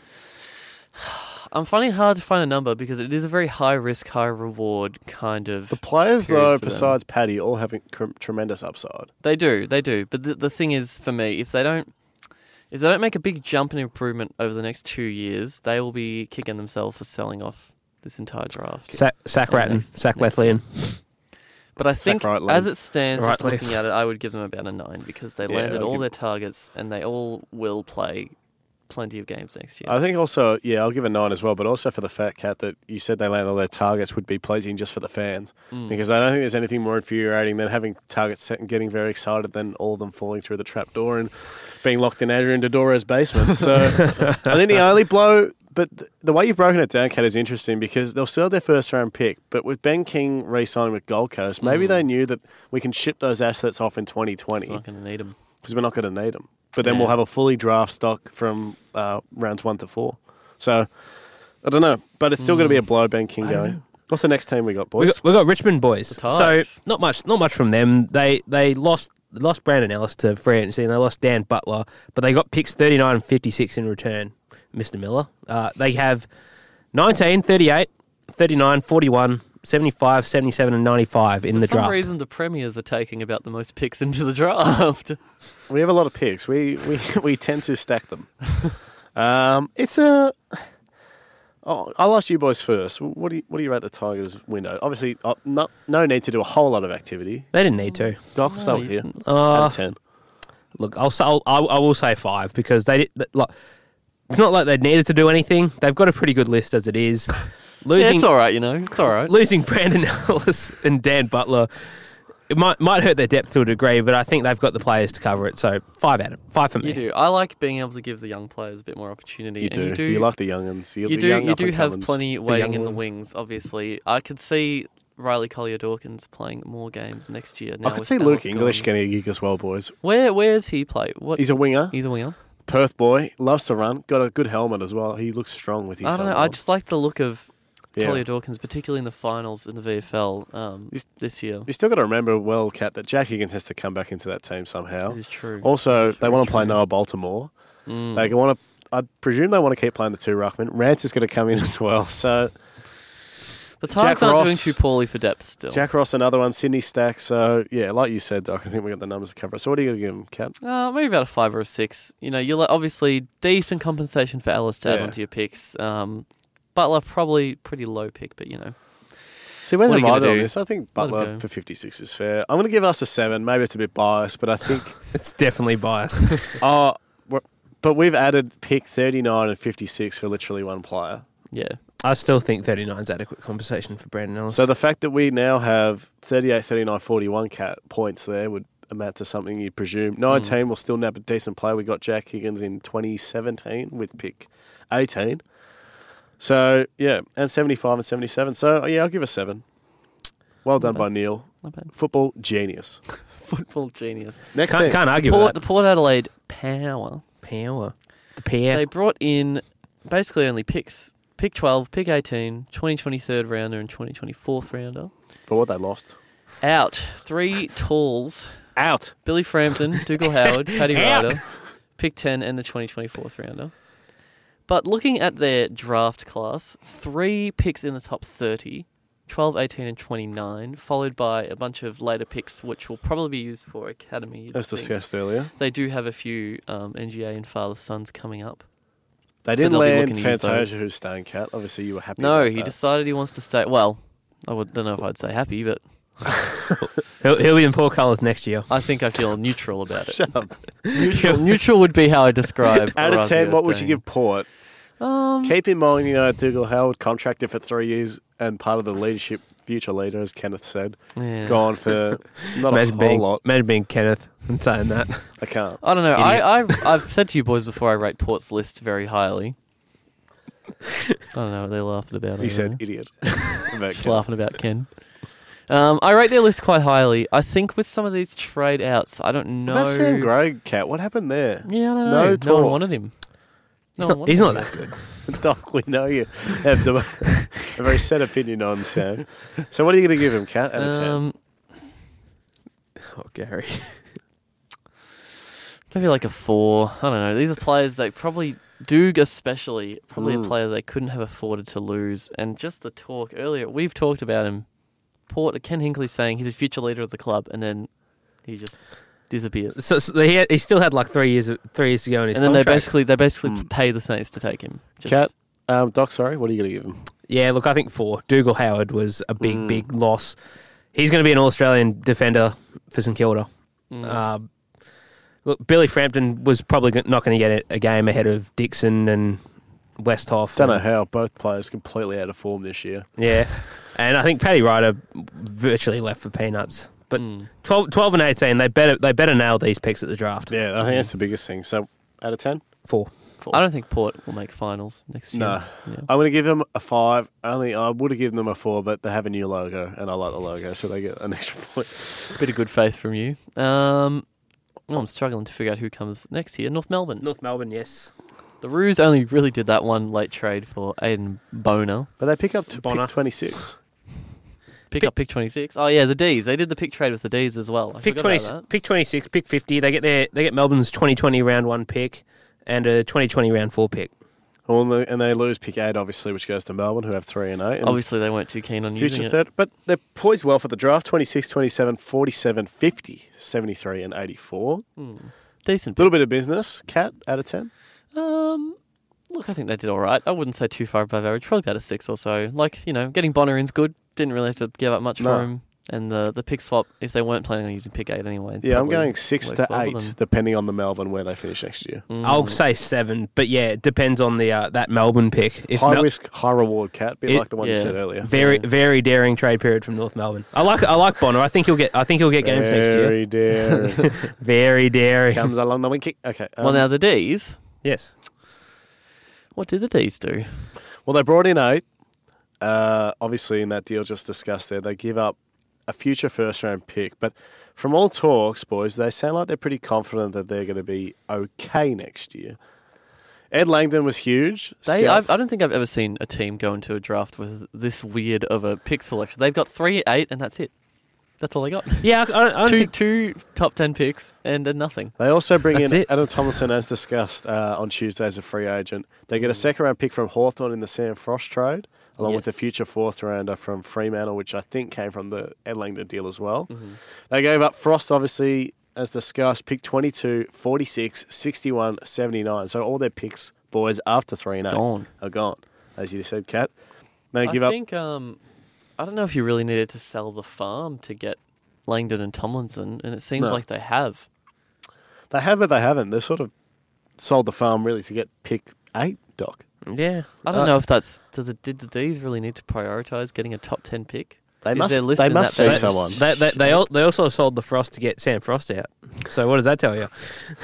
A: I'm finding it hard to find a number because it is a very high risk, high reward kind of.
B: The players,
A: Period
B: though,
A: for them.
B: besides Paddy, all having cr- tremendous upside.
A: They do, they do. But the, the thing is, for me, if they don't, if they don't make a big jump and improvement over the next two years, they will be kicking themselves for selling off this entire draft.
C: Sa- Sack
A: Yeah,
C: Ratton,
A: next-
C: Sack Lethlean.
A: But I think,
B: Rightly.
A: as it stands, just
C: Rightly.
A: looking at it, I would give them about a nine because they
B: Yeah,
A: landed
B: I'd
A: all
B: give-
A: their targets and they all will play plenty of games next year.
B: I think also, yeah, I'll give a nine as well, but also for the fat cat that you said they landed all their targets would be pleasing just for the fans.
C: Hmm.
B: Because I don't think there's anything more infuriating than having targets set and getting very excited than all of them falling through the trap door and being locked in Adrian Dodora's basement. So I think the only blow, but th- the way you've broken it down, Cat, is interesting because they'll sell their first round pick, but with Ben King re signing with Gold Coast,
C: Hmm.
B: maybe they knew that we can ship those assets off in 2020
A: It's not going to need them.
B: because we're not going to need them. But then
A: Yeah.
B: we'll have a fully draft stock from uh, rounds one to four. So I don't know, but it's still going to be a
C: Hmm.
B: blow. Ben King going. What's the next team we got,
C: We
B: boys?
C: got, we got Richmond boys.
A: The
C: So
A: Tigers.
C: not much not much from them. They they lost lost Brandon Ellis to free agency and they lost Dan Butler, but they got picks 39 and 56 in return, Mr. Miller. Uh, they have 19, 38, 39, 41, 75, 77 and 95 in
A: For
C: the
A: some
C: draft.
A: reason, the premiers are taking about the most picks into the draft.
B: we have a lot of picks. We we, we tend to stack them. um, it's a. Oh, I'll ask you boys first. What do you what do you rate the Tigers window? Obviously, uh, no, no need to do a whole lot of activity.
C: They didn't need to.
B: Doc, start
A: you Ah,
B: with you.
A: didn't.
B: Out
C: Uh,
B: of ten.
C: look, I'll, say- I'll I I will say five because they did. th- Like, it's not like they needed to do anything. They've got a pretty good list as it is.
A: Yeah,
C: Losing
A: it's all right, you know. It's all right.
C: losing Brandon Ellis and Dan Butler, it might might hurt their depth to a degree, but I think they've got the players to cover it. So five out of five for me.
A: You do. I like being able to give the young players a bit more opportunity.
B: You
A: and
B: do.
A: You
B: You,
A: do.
B: like the youngins. You,
A: you
B: the
A: do.
B: young
A: You do have
B: up-and-comings.
A: plenty
C: young
A: waiting in the
C: ones.
A: wings. Obviously, I could see Riley Collier Dawkins playing more games next year. Now
B: I could
A: with
B: see
A: Alice
B: Luke
A: gone.
B: English getting a gig as well, boys.
A: Where Where does he play? What?
B: He's a winger.
A: He's a winger.
B: Perth boy loves to run. Got a good helmet as well. He looks strong with his.
A: I don't know.
B: helmet
A: I
B: on.
A: just like the look of
B: Yeah.
A: Collier Dawkins, particularly in the finals in the VFL um,
B: He's-
A: this year.
B: You still got to remember, well, Cat, that Jack Higgins has to come back into that team somehow.
A: It is true.
B: Also, they
A: Very
B: want to play
A: true.
B: Noah Baltimore.
A: Mm.
B: They want to. I presume they want to keep playing the two ruckman. Rance is going to come in as well. So
A: the
B: Jack
A: Tigers aren't doing
B: Ross-
A: too poorly for depth still.
B: Jack Ross, another one. Sydney Stack. So yeah, like you said, Doc, I think we got the numbers to cover. it. So what are you going to give him, Cat?
A: Uh, maybe about a five or a six. You know, you'll obviously decent compensation for Ellis to add
B: Yeah.
A: onto your picks. Um, Butler probably pretty low pick, but you know,
B: See, where
A: What
B: they
A: are you
B: might
A: gonna
B: on
A: do?
B: this, I think
A: Let him
B: Butler
A: go.
B: for 56 is fair. I'm going to give us a seven. Maybe it's a bit biased, but I think.
C: It's definitely biased.
B: oh, we're- but we've added pick 39 and 56 for literally one player.
A: yeah,
C: I still think 39 is adequate conversation for Brandon Ellis.
B: So the fact that we now have 38, 39, 41 cat points there would amount to something you
A: Hmm.
B: presume. 19 will still nab a decent play. We got Jack Higgins in 2017 with pick 18. So, yeah, and 75 and 77. So, uh, yeah, I'll give a 7. Well done
A: Okay.
B: by Neil.
A: not bad.
B: Football genius.
A: Football genius.
B: Next
C: can't,
B: thing.
C: can't argue
A: Port,
C: with
A: the Port Adelaide power.
C: that. Power. The pair.
A: They brought in basically only picks. Pick 12, pick 18, 20, 23rd rounder, and 20, 24th rounder.
B: But what they lost.
A: Out. Three talls.
B: Out.
A: Billy Frampton, Dougal Howard, Paddy
C: Out.
A: Ryder, pick 10 and the 2024th rounder. But looking at their draft class, three picks in the top 30, 12, 18, and 29, followed by a bunch of later picks, which will probably be used for academy.
B: As
A: things.
B: discussed earlier.
A: They do have a few um, NGA and father sons coming up.
B: They
A: So
B: didn't
A: they'll be
B: land
A: looking to use those.
B: Fantasia, who's staying cat. Obviously, you were happy.
A: No,
B: about
A: he
B: that.
A: decided he wants to stay. Well, I would, don't know if I'd say happy, but
C: He'll, he'll be in poor colours next year.
A: I think I feel neutral about it.
B: Shut up.
A: neutral, neutral would be how I describe.
B: Out of 10,
A: Orazio
B: what would you
A: staying.
B: give Port?
A: Um,
B: Keep in mind, you know, Dougal Howard contracted for three years and part of the leadership, future leader, as Kenneth said,
A: yeah.
B: gone for not a
C: Imagine
B: whole
C: being,
B: lot.
C: imagine being Kenneth and saying that.
B: I can't.
A: I don't know. I, I I've said to you boys before I rate Port's list very highly. I don't know what they're laughing about.
B: He
A: over
B: said,
A: there.
B: idiot. About
A: Just
B: Ken.
A: laughing about Ken. Um, I rate their list quite highly. I think with some of these trade outs, I don't know.
B: That's Sam Gray, cat. What happened there?
A: Yeah, I don't
B: No
A: know. No, one
B: talk.
A: wanted him. No one
C: he's not,
A: wanted
C: he's
A: him.
C: not that good.
B: Doc, we know you have the, a very set opinion on Sam. So, what are you going to give him, cat? Out of 10?
A: Um,
C: Oh, Gary.
A: maybe like a four. I don't know. These are players that probably Doog especially probably
C: Hmm.
B: Mm.
A: a player they couldn't have afforded to lose. And just the talk earlier, we've talked about him. Port Ken Hinkley saying he's a future leader of the club, and then he just disappears.
C: So, so he, had, he still had like three years of- three years to go in his
A: And then they
C: contract. Hmm.
A: basically they basically
B: Mm.
A: pay the Saints to take him. Just,
B: cat? Um, Doc, sorry, what are you going to give him?
C: yeah, look, I think four. Dougal Howard was a big,
B: Mm.
C: big loss. He's going to be an All Australian defender for St Kilda.
A: Mm.
C: Um, look, Billy Frampton was probably go- not going to get a a game ahead of Dixon and Westhoff.
B: Don't know
C: And-
B: how both players completely out of form this year.
C: Yeah. And I think Paddy Ryder virtually left for peanuts. But
A: Mm.
C: 12, 12 and 18, they better they better nail these picks at the draft.
B: Yeah, I think that's the biggest thing. So, out of 10?
C: Four.
A: I don't think Port will make finals next year.
B: No.
A: Yeah.
B: I'm going to give them a five. Only I would have given them a four, but they have a new logo, and I like the logo, so they get an extra point.
A: Bit of good faith from you. Um, oh, I'm struggling to figure out who comes next here. North Melbourne.
C: North Melbourne, yes.
A: The Roos only really did that one late trade for Aiden Boner.
B: But they pick up to
C: Bonner.
B: pick 26.
A: Pick, up pick 26. Oh, yeah, the Ds. They did the pick trade with the Ds as well. I
C: Pick
A: forgot
C: twenty,
A: about that.
C: pick twenty six, pick fifty. They get their they get Melbourne's twenty twenty round one pick and a twenty twenty round four pick.
B: Well, and they- and they lose pick eight, obviously, which goes to Melbourne, who have three and eight. And
A: Obviously, they weren't too keen on using
B: future
A: it.
B: third. But they're poised well for the draft 26, 27, 47, 50, 73, and 84.
A: Hmm. Decent.
B: A little bit of business. Cat out of 10.
A: Um, look, I think they did all right. I wouldn't say too far above average. Probably about a six or so. Like you know, getting Bonner in's good. Didn't really have to give up much
B: No.
A: for him. And the the pick swap, if they weren't planning on using pick eight anyway.
B: Yeah, I'm
A: probably
B: going six
A: works
B: to
A: well for
B: eight,
A: them.
B: depending on the Melbourne where they finish next year.
A: Mm.
C: I'll say seven, but yeah, it depends on the uh, that Melbourne pick. If
B: high
C: Mel-
B: risk, high reward, Cat. Bit
C: It-
B: like the one you
A: yeah.
B: said earlier.
C: very
A: Yeah.
C: very daring trade period from North Melbourne. I like I like Bonner. I think he'll get I think he'll get games next year.
B: Very daring.
C: Very daring.
B: Comes along the wing kick. Okay.
A: well,
B: um,
A: now the D's.
C: Yes.
A: What did the D's do?
B: Well, they brought in eight. Uh, obviously, in that deal just discussed there, they give up a future first round pick. But from all talks, boys, they sound like they're pretty confident that they're going to be okay next year. Ed Langdon was huge.
A: They,
B: Scout-
A: I've, I don't think I've ever seen a team go into a draft with this weird of a pick selection. They've got three, eight, and that's it. That's all they got.
C: Yeah, I, I don't, I don't
A: Two,
C: think
A: two top ten picks and then nothing.
B: They also bring
C: That's
B: in
C: it.
B: Adam Tomlinson, as discussed uh, on Tuesday, as a free agent. They
A: Mm.
B: get a second round pick from Hawthorn in the Sam Frost trade, along with the
A: Yes.
B: future fourth rounder from Fremantle, which I think came from the Ed Langdon deal as well.
A: Mm-hmm.
B: They gave up Frost, obviously, as discussed, pick 22, 46, 61, 79. So all their picks, boys, after 3 and 8
A: Gone.
B: are gone, as you said, Kat. They
A: I
B: give up.
A: think um, I don't know if you really needed to sell the farm to get Langdon and Tomlinson, and it seems
B: No.
A: like they have.
B: They have, but they haven't. They've sort of sold the farm, really, to get pick 8, Doc.
C: Yeah,
A: I don't
C: Uh,
A: know if that's do the did the D's really need to prioritize getting a top ten pick?
B: They
A: Is
B: must,
A: their list
B: they
A: in
B: must
A: that
B: see
A: bad?
B: someone.
C: They, they, they, al- they also sold the Frost to get Sam Frost out. So what does that tell you?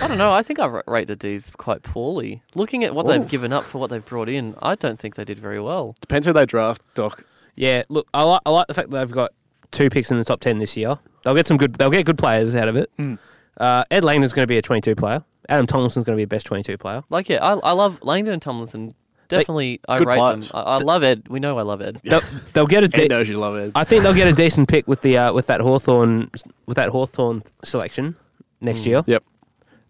A: I don't know. I think I ra- rate the D's quite poorly. Looking at what
B: Ooh.
A: they've given up for what they've brought in, I don't think they did very well.
B: Depends who they draft, Doc.
C: Yeah, look, I like I like the fact that they've got two picks in the top ten this year. They'll get some good. They'll get good players out of it. Uh, Ed Langdon's going to be a twenty-two player. Adam Tomlinson's going to be a best twenty-two player.
A: Like yeah, I, I love Langdon and Tomlinson. Definitely, I
B: good
A: rate
B: players.
A: them. I, I love Ed. We know I love Ed.
C: They'll, they'll get a.
B: Ed
C: De-
B: knows you love Ed.
C: I think they'll get a decent pick with the uh, with that Hawthorn with that Hawthorn selection next year.
B: Yep.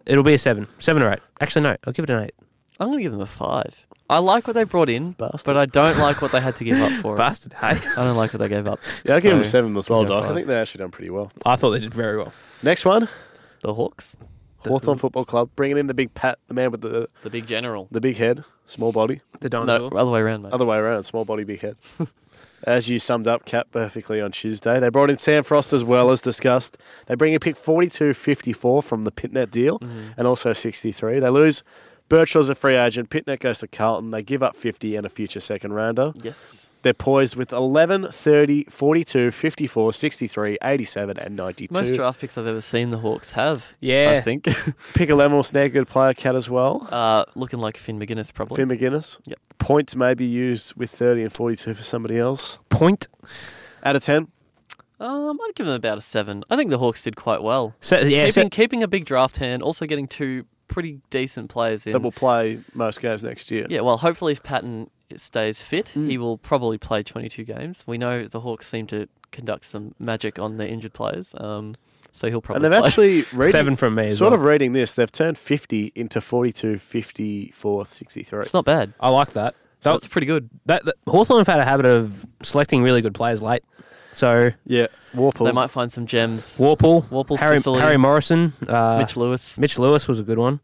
C: It'll be a seven, seven or eight. Actually, no, I'll give it an eight.
A: I'm gonna give them a five. I like what they brought in,
B: Bastard.
A: but I don't like what they had to give up for it.
C: Bastard. Hey,
A: I don't like what they gave up.
B: Yeah, I give him
A: So,
B: seven as well,
A: yeah,
B: Doc. I
A: five.
B: think they actually done pretty well.
C: I thought they did very well.
B: Next one,
A: The Hawks,
B: Hawthorn Football Club, bringing in the big Pat, the man with the
A: the big general.
B: the big head, small body.
C: The
A: No,
C: dinosaur.
A: other way around, mate.
B: Other way around, small body, big head. as you summed up, Cap, perfectly on Tuesday. They brought in Sam Frost as well as discussed. They bring in pick 42-54 from the Pitnet deal
A: Mm-hmm.
B: and also 63. They lose Birchall's a free agent. Pitnet goes to Carlton. They give up 50 and a future second rounder.
A: Yes.
B: They're poised with 11, 30, 42, 54, 63, 87, and 92.
A: Most draft picks I've ever seen the Hawks have.
C: Yeah.
A: I think.
B: Pick a level snare, good player cat as well.
A: uh, looking like Finn McGuinness, probably.
B: Finn McGuinness.
A: Yep.
B: Points may be used with 30 and 42 for somebody else.
C: Point.
B: Out of 10.
A: Um, I'd give them about a seven. I think the Hawks did quite well.
C: So, yeah, so-
A: keeping, keeping a big draft hand, also getting two pretty decent players in.
B: That will play most games next year.
A: Yeah, well, hopefully if Patton stays fit, he will probably play 22 games. We know the Hawks seem to conduct some magic on their injured players, um, so he'll
B: And
A: probably
B: they've
A: play.
B: actually reading,
C: seven from me. As
B: sort
C: well.
B: of reading this, they've turned 50 into 42, 54, 63.
A: it's not bad.
C: I like that.
A: So
C: That-
A: it's pretty good.
C: That, that Hawthorne have had a habit of selecting really good players late. So
B: Yeah. Warpool.
A: They might find some gems.
C: Warple,
A: Warple,
C: Harry,
A: Sicily.
C: Harry Morrison, uh,
A: Mitch Lewis.
C: Mitch Lewis was a good one.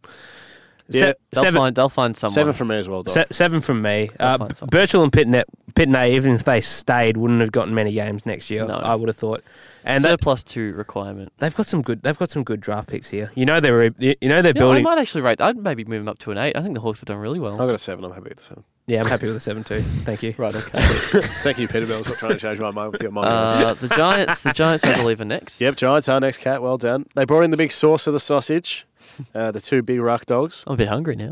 C: Se-
B: Yeah,
A: They'll
C: seven,
A: find they'll find someone.
B: Seven from me as well, Doc.
C: se- seven from me. Uh,
A: find someone.
C: Birchall and Pitnet, Pitney, even if they stayed, wouldn't have gotten many games next year.
A: No.
C: I would have thought. And
A: and
C: that,
A: surplus two requirement.
C: they've got some good. They've got some good draft picks here. You know they're you know they're
A: Yeah, I
C: building.
A: might actually rate. I'd maybe move him up to an eight. I think the Hawks have done really well.
B: I've got a seven. I'm happy with the seven.
C: Yeah, I'm happy with the seven two. Thank you.
A: Right. Okay.
B: Thank you, Peter Bell's not trying to change my mind with your mind.
A: uh, the Giants. The Giants. I believe are next.
B: Yep, Giants are next cat. Well done. They brought in the big sauce of the sausage, uh, the two big ruck dogs.
A: I'm a bit hungry now.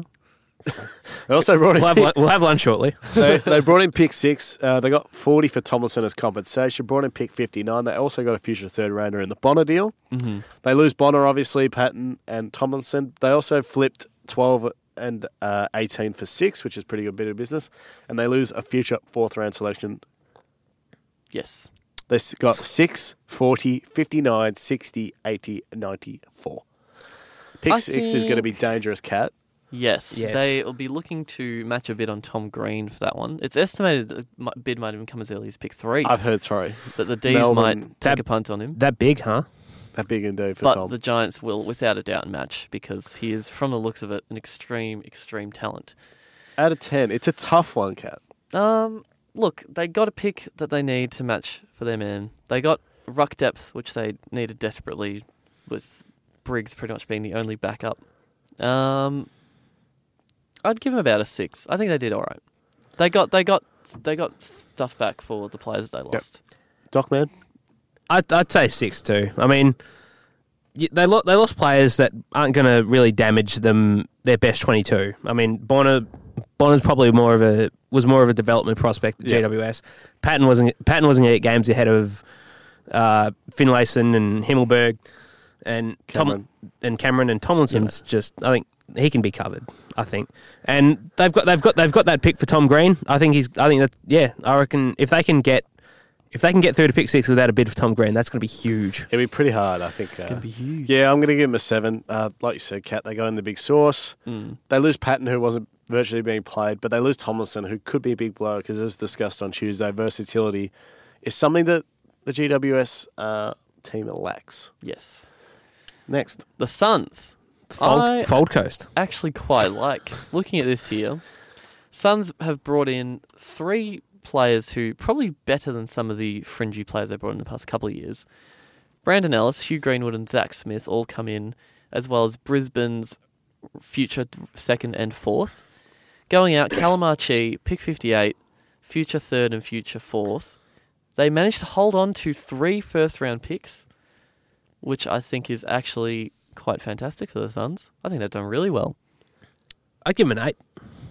B: They also brought in
C: We'll have, lun- we'll have lunch shortly.
B: they, they brought in pick six. Uh, they got 40 for Tomlinson as compensation. Brought in pick 59. They also got a future third rounder in the Bonner deal.
A: Mm-hmm.
B: They lose Bonner, obviously, Patton and Tomlinson. They also flipped 12 and uh, 18 for six, which is pretty good bit of business. And they lose a future fourth round selection.
A: Yes.
B: They s- got 6, 40, 59, 60, 80, 94. Pick
A: I
B: six is going to be dangerous, Cat.
A: Yes,
C: Yes.
A: they will be looking to match a bid on Tom Green for that one. It's estimated that the mi- bid might even come as early as pick three,
B: I've heard, sorry,
A: that the D's
B: Melbourne-
A: might take
C: That-
A: a punt on him.
C: That big, huh?
B: that big indeed for
A: But
B: Tom.
A: the Giants will, without a doubt, match because he is, from the looks of it, an extreme, extreme talent.
B: Out of 10, it's a tough one, Cat.
A: Um, look, they got a pick that they need to match for their man. They got ruck depth, which they needed desperately, with Briggs pretty much being the only backup. Um, I'd give them about a six. I think they did all right. They got they got they got stuff back for the players they lost.
B: Doc, man.
C: I'd, I'd say six too. I mean, y- they lo- they lost players that aren't going to really damage them their best twenty two. I mean, Bonner Bonner's probably more of a was more of a development prospect at
B: Yeah.
C: GWS. Patton wasn't Patton wasn't going to get games ahead of uh, Finlayson and Himmelberg and
B: Cameron.
C: Tom and Cameron and Tomlinson's just. I think he can be covered. I think, and they've got they've got they've got that pick for Tom Green. I think he's. I think that yeah. I reckon if they can get if they can get through to pick six without a bid for Tom Green, that's going to be huge.
B: It'd be pretty hard, I think. uh,
A: It'd be huge.
B: yeah, I'm going to give him a seven. Uh, like you said, Cat, they go in the big source.
A: Mm.
B: They lose Patton, who wasn't virtually being played, but they lose Tomlinson, who could be a big blow because, as discussed on Tuesday, versatility is something that the GWS uh, team lacks.
A: Yes.
B: Next.
A: The Suns.
C: Fold,
A: I
C: Fold Coast.
A: actually quite like looking at this here. Suns have brought in three players who probably better than some of the fringy players they brought in the past couple of years. Brandon Ellis, Hugh Greenwood, and Zach Smith all come in, as well as Brisbane's future second and fourth. Going out, Calamachi, pick 58, future third and future fourth. They managed to hold on to three first round picks, which I think is actually quite fantastic for the Suns. I think they've done really well.
C: I'd give him an eight.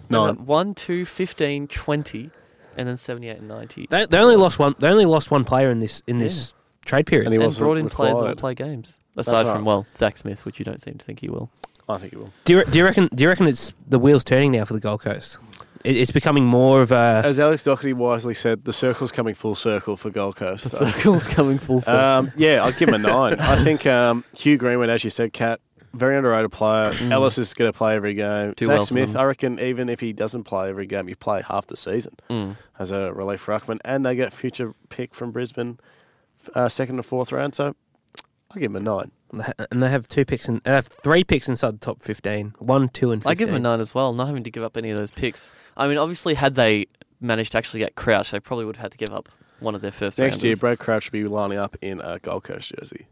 A: No. 1, 2, 15, 20, and then 78 and 90.
C: They, they only lost one. They only lost one player in this in this trade period.
B: And he
A: and
B: wasn't
A: brought in players that will
B: required.
A: play games. Aside
B: right.
A: from, well, Zach Smith, which you don't seem to think he will.
B: I think it will.
C: Do you, do you reckon? Do you reckon it's the wheels turning now for the Gold Coast? It, it's becoming more of a.
B: As Alex Doherty wisely said, the circle's coming full circle for Gold Coast.
A: The circle's coming full circle.
B: Um, yeah, I'll give him a nine. I think um, Hugh Greenwood, as you said, Cat, very underrated player. Ellis is going to play every game.
A: Mm. Do
B: Zach
A: well for
B: Smith,
A: them.
B: I reckon, even if he doesn't play every game, you play half the season
A: Mm.
B: as a relief ruckman, and they get future pick from Brisbane, uh, second and fourth round. So I'll give him a nine.
C: And they have two picks and they have three picks inside the top fifteen. One, two, and. 15.
A: I give them a 9 as well, not having to give up any of those picks. I mean, obviously, had they managed to actually get Crouch, they probably would have had to give up one of their first
B: Next year,
A: rounders.
B: Brad Crouch should be lining up in a Gold Coast jersey.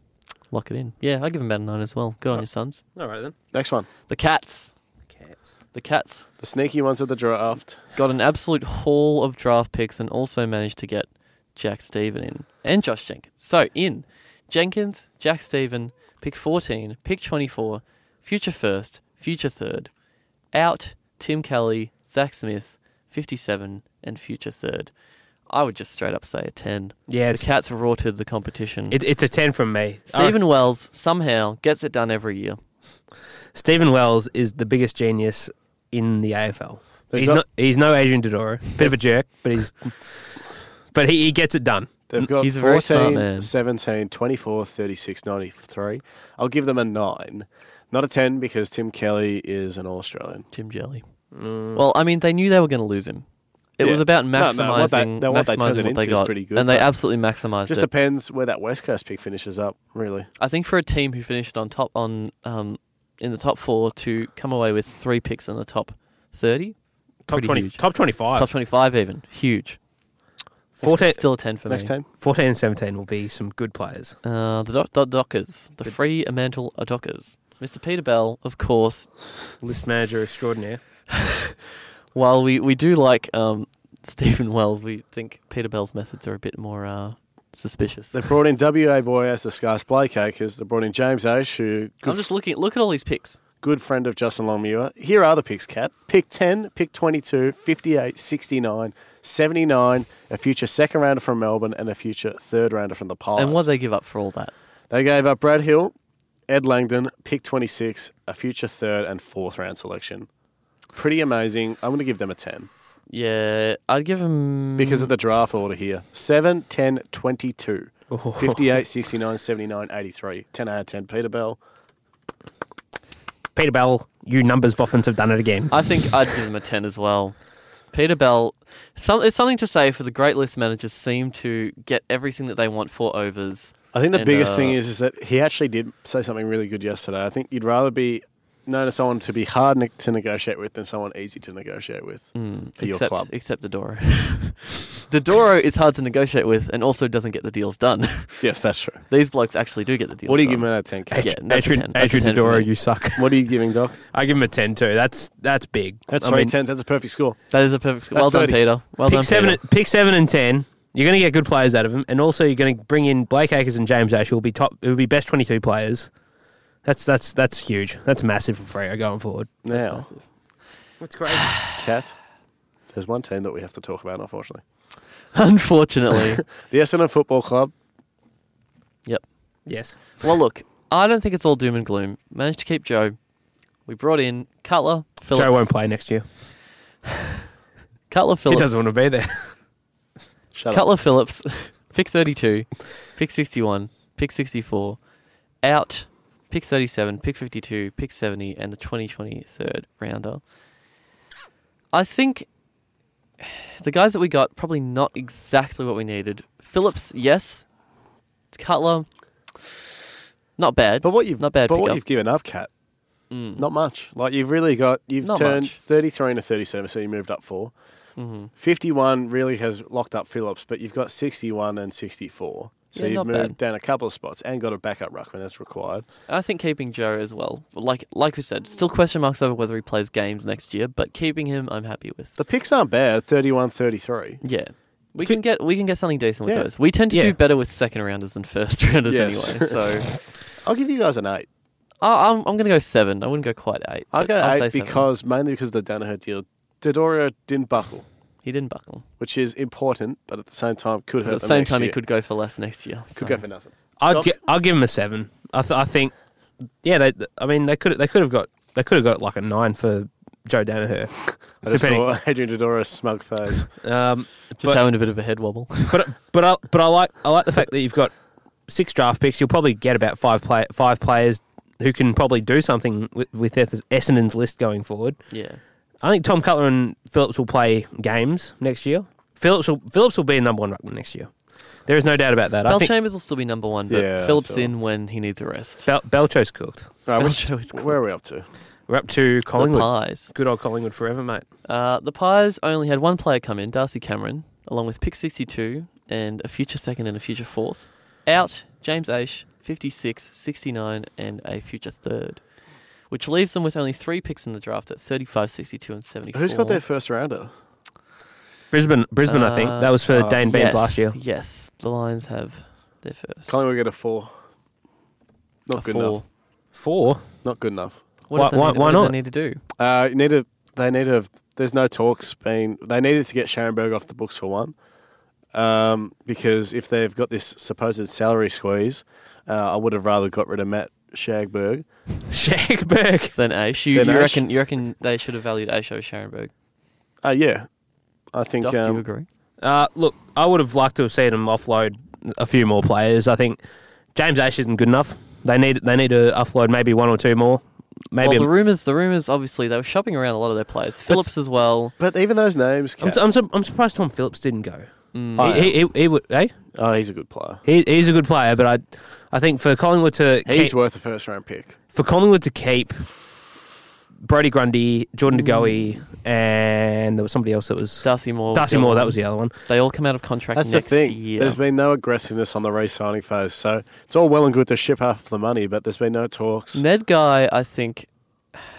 A: Lock it in. Yeah, I give them about a 9 as well.
B: Uh,
A: Good on your sons.
C: All right then.
B: Next one.
A: The Cats.
C: Cats.
A: The Cats
B: The sneaky ones at the draft.
A: got an absolute haul of draft picks and also managed to get Jack Steven in and Josh Jenkins. So in Jenkins, Jack Steven, pick 14, pick 24, future first, future third, out Tim Kelly, Zach Smith, 57, and future third. I would just straight up say a 10.
C: Yeah,
A: The
C: it's,
A: Cats rorted the competition.
C: it, it's a ten from me.
A: Stephen Wells somehow gets it done every year.
C: Stephen Uh, Wells is the biggest genius in the AFL.
B: They've
C: he's
B: got-
C: not. He's no Adrian Dodoro. Bit of a jerk, but he's. But he, he gets it done.
B: They've got
A: He's a very smart
B: 14,
A: man.
B: 17, 24, 36, 93. I'll give them a 9. Not a 10 because Tim Kelly is an All Australian.
A: Jim Jelly. Well, I mean, they knew they were going to lose him. It
B: Mm. Yeah.
A: was about
B: No, no, what they-
A: maximizing
B: no, what they
A: maximizing what
B: turned it
A: they,
B: into is
A: got,
B: pretty good,
A: and they
B: but-
A: absolutely maximized
B: Just
A: it.
B: depends where that West Coast pick finishes up, really.
A: I think for a team who finished on top on um, in the top four to come away with three picks in the top thirty,
C: Top
A: Pretty
C: twenty.
A: huge.
C: Top twenty-five.
A: top twenty-five, even huge.
C: 14,
A: Still a ten for
B: Next
A: me.
B: team.
C: 14 and seventeen will be some good players.
A: Uh, the, doc- the Dockers, the Free Mantle Dockers, Mr. Peter Bell, of course.
C: list manager extraordinaire.
A: While we we do like um, Stephen Wells, we think Peter Bell's methods are a bit more uh, suspicious.
B: They brought in WA Boy as the Sky Splaycakers. They brought in James Ash, who
A: I'm
B: good,
A: just looking. Look at all these picks.
B: good friend of Justin Longmuir. Here are the picks, Cat. Pick 10, pick 22, 58, 69, 79, a future second rounder from Melbourne, and a future third rounder from the Pies.
A: And what do they give up for all that?
B: They gave up Brad Hill, Ed Langdon, pick 26, a future third and fourth round selection. Pretty amazing. I'm going to give them a 10
A: Yeah, I'd give them
B: because of the draft order here 7, 10, 22, 58, 69, 79, 83. 10 out of 10. Peter Bell.
C: Peter Bell, you numbers boffins have done it again.
A: I think I'd give him a ten as well. Peter Bell, some, it's something to say for the great list managers seem to get everything that they want for overs.
B: I think the
A: And,
B: biggest
A: uh,
B: thing is, is that he actually did say something really good yesterday. I think you'd rather be known as someone to be hard ne- to negotiate with than someone easy to negotiate with.
A: Mm,
B: For your
A: except,
B: club.
A: except Dodoro. Dodoro is hard to negotiate with and also doesn't get the deals done.
B: Yes, that's true.
A: These blokes actually do get the deals.
B: What do you give
A: done.
B: him out of 10, Kat?
A: Uh, Yeah, that's a
C: Adrian,
A: 10. That's a
C: Adrian
A: 10 for
C: Dodoro,
A: me.
C: you suck.
B: What are you giving, Doc?
C: I give him a 10 too. That's that's big.
B: That's
C: I
B: three
C: mean,
B: tens. That's a perfect score.
A: That is a perfect.
B: That's
A: Well done,
B: 30.
A: Peter. Well
C: pick
A: done,
C: seven,
A: Peter.
C: pick seven and ten. You're going to get good players out of him, and also you're going to bring in Blake Acres and James Ash, who will be top, who will be best 22 players. That's that's that's huge. That's massive for Freo going forward.
A: That's
B: Now,
A: massive.
C: That's crazy.
B: Cat, there's one team that we have to talk about, unfortunately.
A: Unfortunately,
B: The Essendon Football Club
A: Yep.
C: Yes.
A: Well, look, I don't think it's all doom and gloom. Managed to keep Joe. We brought in Cutler, Phillips.
C: Joe won't play next year.
A: Cutler, Phillips.
C: He doesn't want to be there.
B: Shut up.
A: Cutler Phillips, pick 32, pick 61, pick 64, out, pick 37, pick 52, pick 70, and the 2023rd rounder. I think the guys that we got probably not exactly what we needed. Phillips, yes. Cutler, not bad.
B: But what you've
A: Not bad
B: But what
A: pickup.
B: you've given up, Cat,
A: Mm.
B: not much. Like you've really got you've
A: Not
B: turned
A: much.
B: thirty three into thirty seven, so you moved up four.
A: Mhm.
B: Fifty one really has locked up Phillips, but you've got sixty one and sixty four. So
A: Yeah,
B: you've
A: not
B: moved
A: bad.
B: down a couple of spots and got a backup ruckman as required.
A: I think keeping Joe as well. Like like we said, still question marks over whether he plays games next year, but keeping him, I'm happy with.
B: The picks aren't bad, 31, 33.
A: Yeah. We can get we can get something decent with
B: Yeah.
A: those. We tend to
C: Yeah.
A: do better with second rounders than first rounders
B: Yes.
A: anyway. So
B: I'll give you guys an eight.
A: I, I'm I'm gonna go seven. I wouldn't go quite eight.
B: I'll
A: but
B: go
A: I'll
B: eight
A: say seven.
B: because mainly because of the Danaher deal. Dodoria didn't buckle,
A: he didn't buckle.
B: which is important, but at the same time could
A: But
B: hurt.
A: at the
B: them
A: same
B: next
A: time,
B: year.
A: he could go for less next year.
B: could go for nothing.
C: I'd
A: Dom?
C: gi- I'll give him a seven. I, th- I think, yeah. They, I mean, they could they could have got they could have got like a nine for Joe Danaher.
B: I just
C: Depending-
B: saw Adrian Dodora's smug face.
C: Um,
A: just
C: but-
A: having a bit of a head wobble.
C: but but I but I like I like the fact that you've got six draft picks. You'll probably get about five play, five players who can probably do something with, with Eth- Essendon's list going forward.
A: yeah.
C: I think Tom Cutler and Phillips will play games next year. Phillips will Phillips will be a number one ruckman next year. There is no doubt about that.
A: Bell
C: I think
A: Chambers will still be number one, but
B: Yeah,
A: Phillips
B: so-
A: in when he needs a rest.
C: Bel- Belcho's cooked.
B: Right,
A: Bell
B: which-
A: Chambers is cool.
B: where are we up to?
C: We're up to
A: the
C: Collingwood.
A: Pies.
C: Good old Collingwood forever, mate.
A: Uh, the Pies only had one player come in, Darcy Cameron, along with pick 62 and a future second and a future fourth. Out, James Aish, 56, 69, and a future third, which leaves them with only three picks in the draft at 35, 62, and 74.
B: Who's got their first rounder?
C: Brisbane, Brisbane. I think
A: Uh,
C: that was for
B: uh,
C: Dane Beams
A: yes,
C: last year.
A: Yes, the Lions have their first.
B: Collingwood get a four. Not
A: A
B: good
A: four.
B: enough.
C: Four.
B: Not good enough.
A: What,
C: Why-
A: do they
C: why-
A: need,
C: why
A: what do
C: not?
A: they need to do?
B: Uh, you need to. They need to. There's no talks been. They needed to get Scharenberg off the books for one, um, because if they've got this supposed salary squeeze, uh, I would have rather got rid of Matt Shagberg.
C: Shagberg.
A: Then Aish. You,
B: Then
A: you
B: Aish.
A: reckon you reckon they should have valued Aish over Scharenberg?
B: Uh, yeah, I think.
A: Doc, do you
B: um,
A: agree?
C: Uh, look, I would have liked to have seen them offload a few more players. I think James Ash isn't good enough. They need they need to offload maybe one or two more. Maybe
A: well, the rumors, the rumors, obviously they were shopping around a lot of their players. Phillips as well.
B: but even those names.
C: I'm,
B: Kat,
C: su- I'm, su- I'm surprised Tom Phillips didn't go.
A: Mm.
B: I-
C: He, he, he, he would, eh?
B: oh, he's a good player.
C: he, he's a good player, but I I think for Collingwood to
B: He's
C: keep,
B: worth a first round pick.
C: for Collingwood to keep Brody Grundy, Jordan DeGoey, and there was somebody else that was
A: Mm. Darcy Moore. was
C: Darcy
A: the other
C: Moore. That
A: one.
C: was the other one.
A: They all come out of contract
B: That's the
A: next
B: thing.
A: year.
B: There's been no aggressiveness on the re-signing phase, so it's all well and good to ship half the money, but there's been no talks.
A: Ned Guy, I think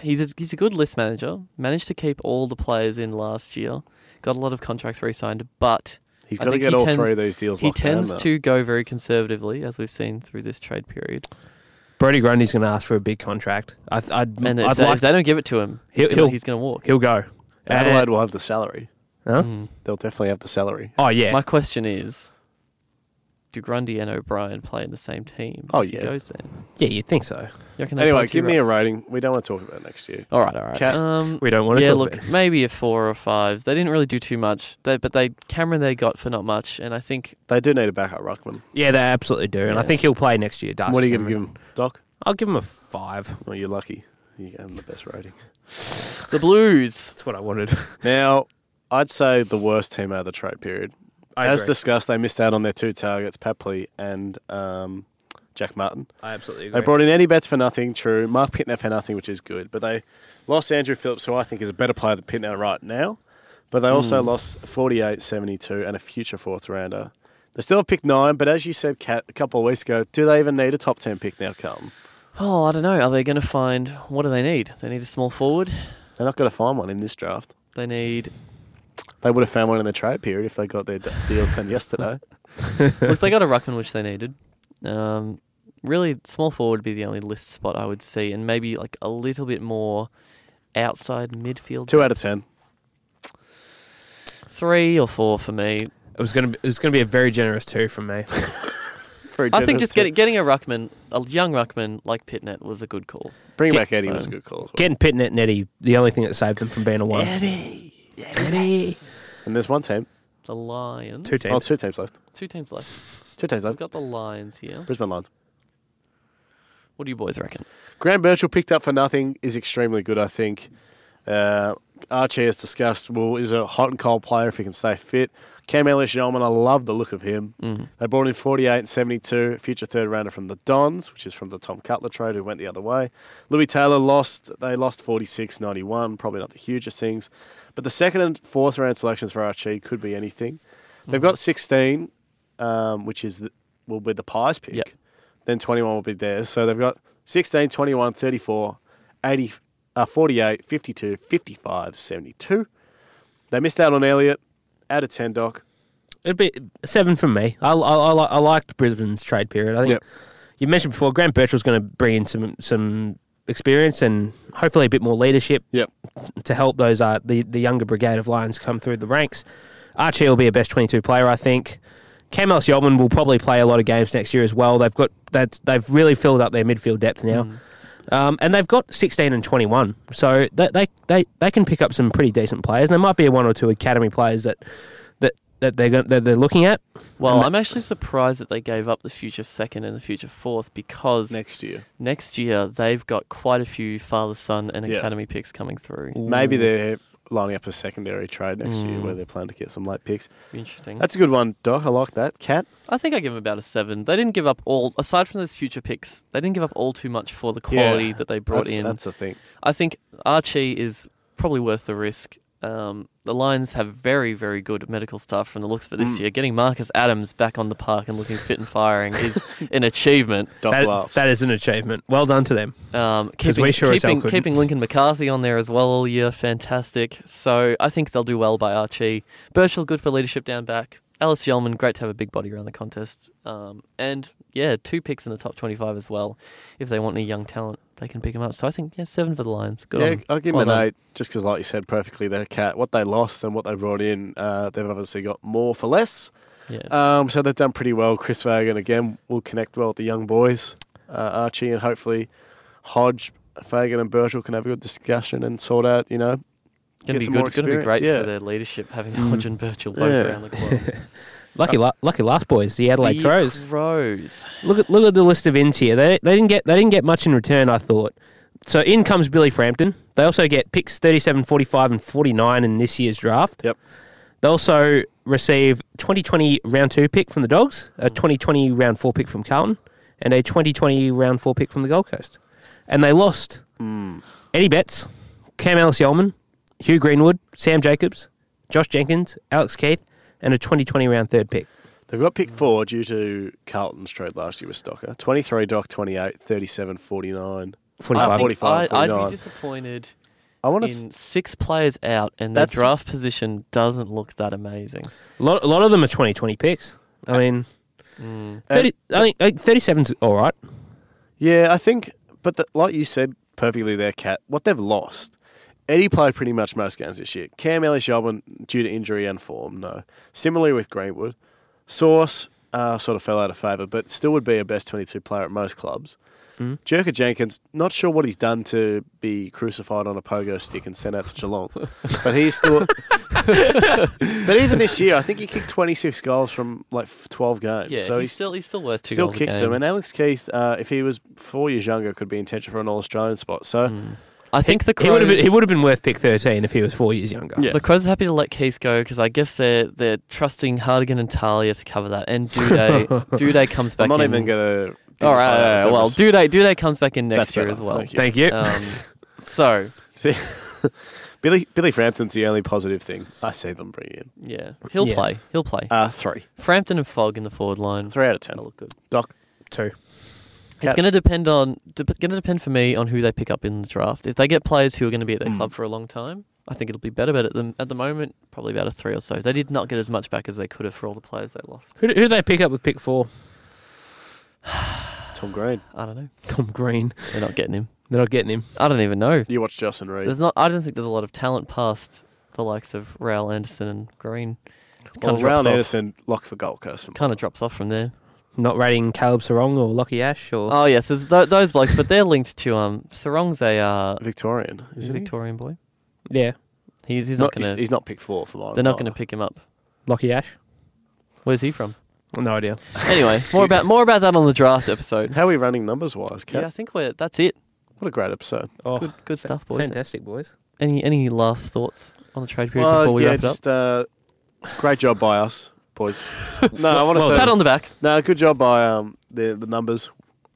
A: he's a, he's a good list manager. Managed to keep all the players in last year. Got a lot of contracts re-signed, but
B: He's
A: I
B: got to
A: think
B: get
A: he
B: all
A: tends-
B: three of these deals.
A: he
B: locked down
A: tends
B: now.
A: to go very conservatively, as we've seen through this trade period.
C: Brody Grundy's going to ask for a big contract. I, th- I'd,
A: And if,
C: Mm, I'd
A: they, if
C: like
A: they don't give it to him,
C: He'll-
A: he's
C: he'll-
A: gonna, he's going to walk.
C: he'll go. And-
B: Adelaide will have the salary.
C: Huh?
A: Mm.
B: They'll definitely have the salary.
C: Oh yeah,
A: My question is, do Grundy and O'Brien play in the same team?
B: Oh,
A: if he
B: yeah.
A: goes then.
C: yeah, you'd think so.
A: You reckon they
B: Anyway,
A: play two
B: give me a
A: rows?
B: rating. We don't want to talk about next year.
A: All right, all right.
B: Cat-
A: um,
C: We don't want to
A: yeah,
C: talk
A: look,
C: about it.
A: maybe a four or five. They didn't really do too much, they, but they Cameron they got for not much, and I think
B: They do need a backup ruckman.
C: Yeah, they absolutely do, and I
A: Yeah.
C: think he'll play next year.
A: Ah,
C: Darcy
B: what are you going to give
C: Cameron.
B: him, Doc?
C: I'll give him a five.
B: Well, you're lucky. You gave him the best rating.
A: the Blues.
C: That's what I wanted.
B: Now, I'd say the worst team out of the trade period.
C: I
B: As
C: agree.
B: discussed, they missed out on their two targets, Papley and um, Jack Martin.
C: I absolutely
B: They brought in Eddie Betts for nothing, true. Mark Pitnow for nothing, which is good. But they lost Andrew Phillips, who I think is a better player than Pitnow right now. But they also lost 48 72 and a future fourth rounder. They still have pick nine, but as you said, Kat, a couple of weeks ago, do they even need a top 10 pick now, Carlton?
A: Oh, I don't know. Are they going to find what do they need? They need a small forward.
B: They're not going to find one in this draft.
A: They need.
B: They would have found one in the trade period if they got their d- deal done yesterday.
A: Look, they got a ruckman which they needed. Um, really, small forward would be the only list spot I would see, and maybe like a little bit more outside midfield.
B: Two out of 10.
A: three or four for me.
C: It was gonna be, it was gonna be a very generous two from me.
B: Very
A: I think just
B: generous tip.
A: getting getting a ruckman, a young ruckman like Pitnet was a good call.
B: Bring
C: get-
B: back Eddie was a
A: so-
B: good call. as well.
C: Getting Pitnet and Eddie, the only thing that saved them from being a one.
A: Eddie,
C: Eddie.
B: And there's one team.
A: the Lions.
C: Two
B: Oh,
C: teams.
B: two teams left.
A: Two teams left.
B: Two teams
A: I've
B: left.
A: got the Lions here.
B: Brisbane Lions.
A: What do you boys reckon?
B: Graham Birchall picked up for nothing is extremely good, I think. Uh, Archie, as discussed, will is a hot and cold player if he can stay fit. Cam Ellis Yeoman, I love the look of him.
A: Mm-hmm.
B: They brought in 48 and 72, future third rounder from the Dons, which is from the Tom Cutler trade, who went the other way. Louis Taylor lost, they lost 46 91, probably not the hugest things. But the second and fourth round selections for Archie could be anything. They've got 16, um, which is the, will be the Pies pick.
A: Yep.
B: Then 21 will be theirs. So they've got 16, 21, 34, 80, uh, 48, 52, 55, 72. They missed out on Elliott. Out of 10, Doc.
C: It'd be seven from me. I, I, I, li- I liked Brisbane's trade period. I think
B: Yep.
C: you mentioned before, Grant Birchall's going to bring in some some experience and hopefully a bit more leadership
B: Yep.
C: to help those uh, the the younger brigade of Lions come through the ranks. Archie will be a best twenty two player, I think. Cam Ellis Yeoman will probably play a lot of games next year as well. They've got that they've really filled up their midfield depth now,
A: Mm-hmm.
C: um, and they've got sixteen and twenty one, so they, they they they can pick up some pretty decent players. And there might be one or two academy players that that that they're going, that they're looking at.
A: Well,
C: And-
A: I'm actually surprised that they gave up the future second and the future fourth because
B: Next year.
A: next year they've got quite a few father son and
B: Yeah.
A: academy picks coming through.
B: Maybe they're lining up a secondary trade next year
A: Mm.
B: where they're planning to get some late picks.
A: Interesting.
B: That's a good one, Doc. I like that. Cat.
A: I think I give them about a seven. They didn't give up all, aside from those future picks, they didn't give up all too much for the quality that they brought
B: that's,
A: in.
B: That's the thing.
A: I think Archie is probably worth the risk. Um, the Lions have very, very good medical staff from the looks of it this
B: Mm.
A: year. Getting Marcus Adams back on the park and looking fit and firing is an achievement.
B: Doc
C: That,
B: laughs.
C: that is an achievement. Well done to them.
A: Um,
C: 'Cause
A: keeping,
C: we sure as hell
A: keeping,
C: couldn't.
A: keeping Lincoln McCarthy on there as well all year, fantastic. So I think they'll do well by Archie. Burchell, good for leadership down back. Alice Yeoman, great to have a big body around the contest. Um, and yeah, two picks in the top 25 as well. If they want any young talent, they can pick them up. So I think, yeah, seven for the Lions. Good on
B: yeah,
A: 'em.
B: I'll give
A: Well
B: them an
A: done.
B: eight, just because, like you said perfectly, they're cat. What they lost and what they brought in, uh, they've obviously got more for less.
A: Yeah.
B: Um, so they've done pretty well. Chris Fagan again will connect well with the young boys, uh, Archie, and hopefully Hodge, Fagan, and Birchall can have a good discussion and sort out. You know,
A: Gonna
B: get
A: be
B: some more
A: good. Gonna be
B: experience,
A: great
B: yeah.
A: for their leadership having
C: Mm.
A: Hodge and Birchall both
B: Yeah.
A: around the club.
C: Lucky, la- lucky last boys, the Adelaide
A: The
C: Crows.
A: Crows.
C: Look at look at the list of ins here. They they didn't get they didn't get much in return. I thought. So in comes Billy Frampton. They also get picks 37, 45, and 49 in this year's draft.
B: Yep.
C: They also receive 2020 round two pick from the Dogs, a 2020 round four pick from Carlton, and a 2020 round four pick from the Gold Coast. And they lost
A: Hmm.
C: Eddie Betts, Cam Ellis Yeoman, Hugh Greenwood, Sam Jacobs, Josh Jenkins, Alex Keith, and a 2020 round third pick.
B: they've got pick four due to Carlton's trade last year with Stocker. Twenty three, Doc, 28, 37, 49.
C: 45.
A: I think
B: 45,
A: I, I'd
B: 49.
A: be disappointed
B: I want to.
A: in six players out, and their
B: That's-
A: draft position doesn't look that amazing.
C: A lot, a lot of them are 2020 picks. I mean,
A: Mm.
C: 30, I think like 37's all right.
B: Yeah, I think, but the, like you said perfectly there, Cat, what they've lost. Eddie played pretty much most games this year. Cam Ellis Yeoman, due to injury and form, no. Similarly with Greenwood. Source uh, sort of fell out of favour, but still would be a best 22 player at most clubs.
A: Mm-hmm.
C: Mm.
B: Jerker Jenkins, not sure what he's done to be crucified on a pogo stick and sent out to Geelong, but he's still. but even this year, I think he kicked 26 goals from like 12 games.
A: Yeah,
B: so
A: he's
B: he's
A: still he's still worth two
B: still
A: goals
B: kicks
A: a
B: him.
A: game.
B: And Alex Keith, uh, if he was four years younger, could be in tension for an All Australian spot. So
A: Mm. I think the
C: He would have
A: Crows.
C: been, he would have been worth pick 13 if he was four years younger.
B: Yeah.
A: The Crows are happy to let Keith go because I guess they're they're trusting Hardigan and Talia to cover that, and Duday Duday comes back.
B: I'm not
A: in.
B: even going to.
A: All right, all right, all right. well, Duday Duday comes back in next
B: That's
A: year
B: better,
A: as well.
B: thank you.
C: Thank you.
A: Um, so
B: Billy Billy Frampton's the only positive thing I see them bring in.
A: yeah, he'll
C: Yeah.
A: play. He'll play.
B: Uh, three,
A: Frampton and Fogg in the forward line.
B: three out of ten.
A: That'll look good.
B: Doc,
C: Two.
A: It's going to depend on de- going to depend for me on who they pick up in the draft. If they get players who are going to be at their
B: Mm.
A: club for a long time, I think it'll be better. But at the at the moment, probably about a three or so. They did not get as much back as they could have for all the players they lost.
C: Who, do- who do they pick up with pick four?
B: Tom Green.
A: I don't know.
C: Tom Green.
A: They're not getting him.
C: They're not getting him.
A: I don't even know.
B: You watch Justin Reed.
A: There's not. I don't think there's a lot of talent past the likes of Raul Anderson and Green. Kind
B: well,
A: of drops
B: Rowan
A: off.
B: Anderson lock for Gold Coast.
A: Kind of drops off from there.
C: not rating Caleb Sarong or Lockie Ash or
A: Oh yes, there's th- those blokes, but they're linked to um. Sarong's a uh,
B: Victorian, is it?
A: Victorian boy.
C: yeah,
A: He's he's
B: Not,
A: not,
B: he's,
A: gonna.
B: he's not pick four for Lyle.
A: they're not gonna pick him up.
C: Lockie Ash.
A: Where's he from?
C: No idea.
A: Anyway, more about more about that on the draft episode.
B: How are we running numbers wise, Kat?
A: Yeah, I think we're that's it.
B: What a great episode.
C: Oh,
A: Good good stuff, boys.
C: fantastic boys.
A: Any any last thoughts on the trade period before we
B: Oh, yeah,
A: wrap it up?
B: just uh, great job by us, boys. no, I want to say
A: Oh, Pat on the back.
B: no. Good job by um the the numbers.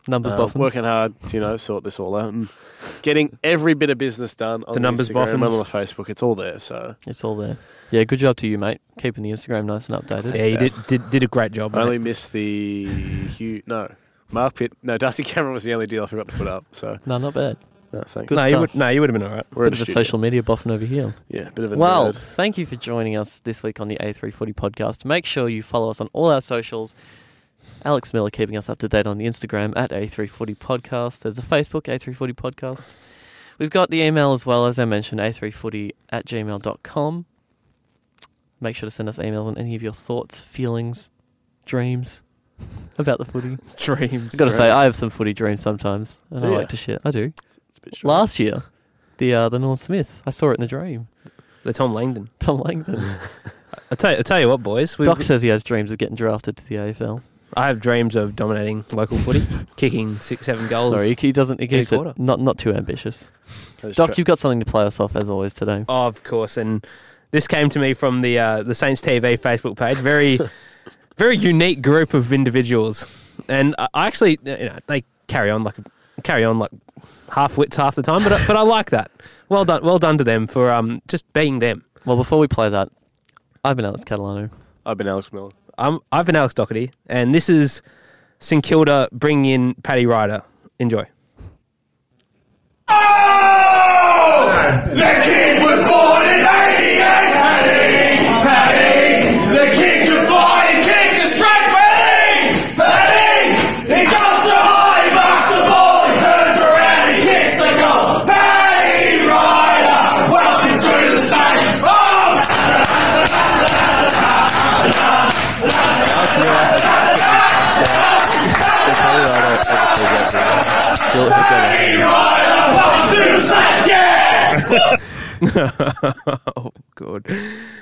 A: Numbers
B: uh,
A: boffins.
B: working hard, to, you know, sort this all out and getting every bit of business done on
C: The numbers
B: Instagram and on
C: boffins.
B: the Facebook. It's all there. So
A: It's all there. Yeah, good job to you, mate. Keeping the Instagram nice and updated.
C: Yeah, you did, did did a great job.
B: I
C: mate.
B: only missed the Hugh. No, Mark Pitt. No, Darcy Cameron was the only deal I forgot to put up. So
A: No, not bad.
B: no, thanks.
C: no, you
A: stuff.
C: would, no, you would have been all right.
B: We're in
A: bit of
B: the
A: a
B: studio.
A: social media boffin over here.
B: Yeah, bit of a
A: Well,
B: nerd.
A: thank you for joining us this week on the A340 podcast. Make sure you follow us on all our socials. Alex Miller keeping us up to date on the Instagram at A340 podcast. There's a Facebook, A340 podcast. We've got the email as well, as I mentioned, A340 at gmail.com. Make sure to send us emails on any of your thoughts, feelings, dreams about the footy.
C: Dreams.
A: I've got to say,
B: Dreams.
A: I have some footy dreams sometimes, and
B: Do
A: I
B: ya?
A: like to share. I do.
B: It's a bit short.
A: Last year, the uh, the Norm Smith, I saw it in a dream.
C: The Tom Langdon.
A: Tom Langdon.
C: I tell you, I tell you what, boys. We've,
A: Doc says he has dreams of getting drafted to the AFL.
C: I have dreams of dominating local footy, kicking six, seven goals.
A: Sorry, he doesn't. He keeps
C: quarter.
A: it not not too ambitious.
B: I just
A: Doc,
B: tra-
A: you've got something to play us off as always today.
C: of course, and this came to me from the uh, the Saints TV Facebook page. Very, very unique group of individuals, and I I actually, you know, they carry on like carry on like half wits half the time, but I, but I like that. Well done, well done to them for um just being them.
A: Well, before we play that, I've been Alex Catalano.
B: I've been Alex Miller.
C: I'm I've been Alex Doherty, and this is St Kilda bringing in Paddy Ryder. Enjoy.
D: The king was born in 88, Paddy, Paddy. The king can fly, king can strike, Paddy, Paddy. He jumps so high, he marks the ball, he turns around, he kicks the goal. Paddy Ryder, welcome to the Saints. Oh, Paddy Ryder, welcome to the Saints. Yeah.
C: Good.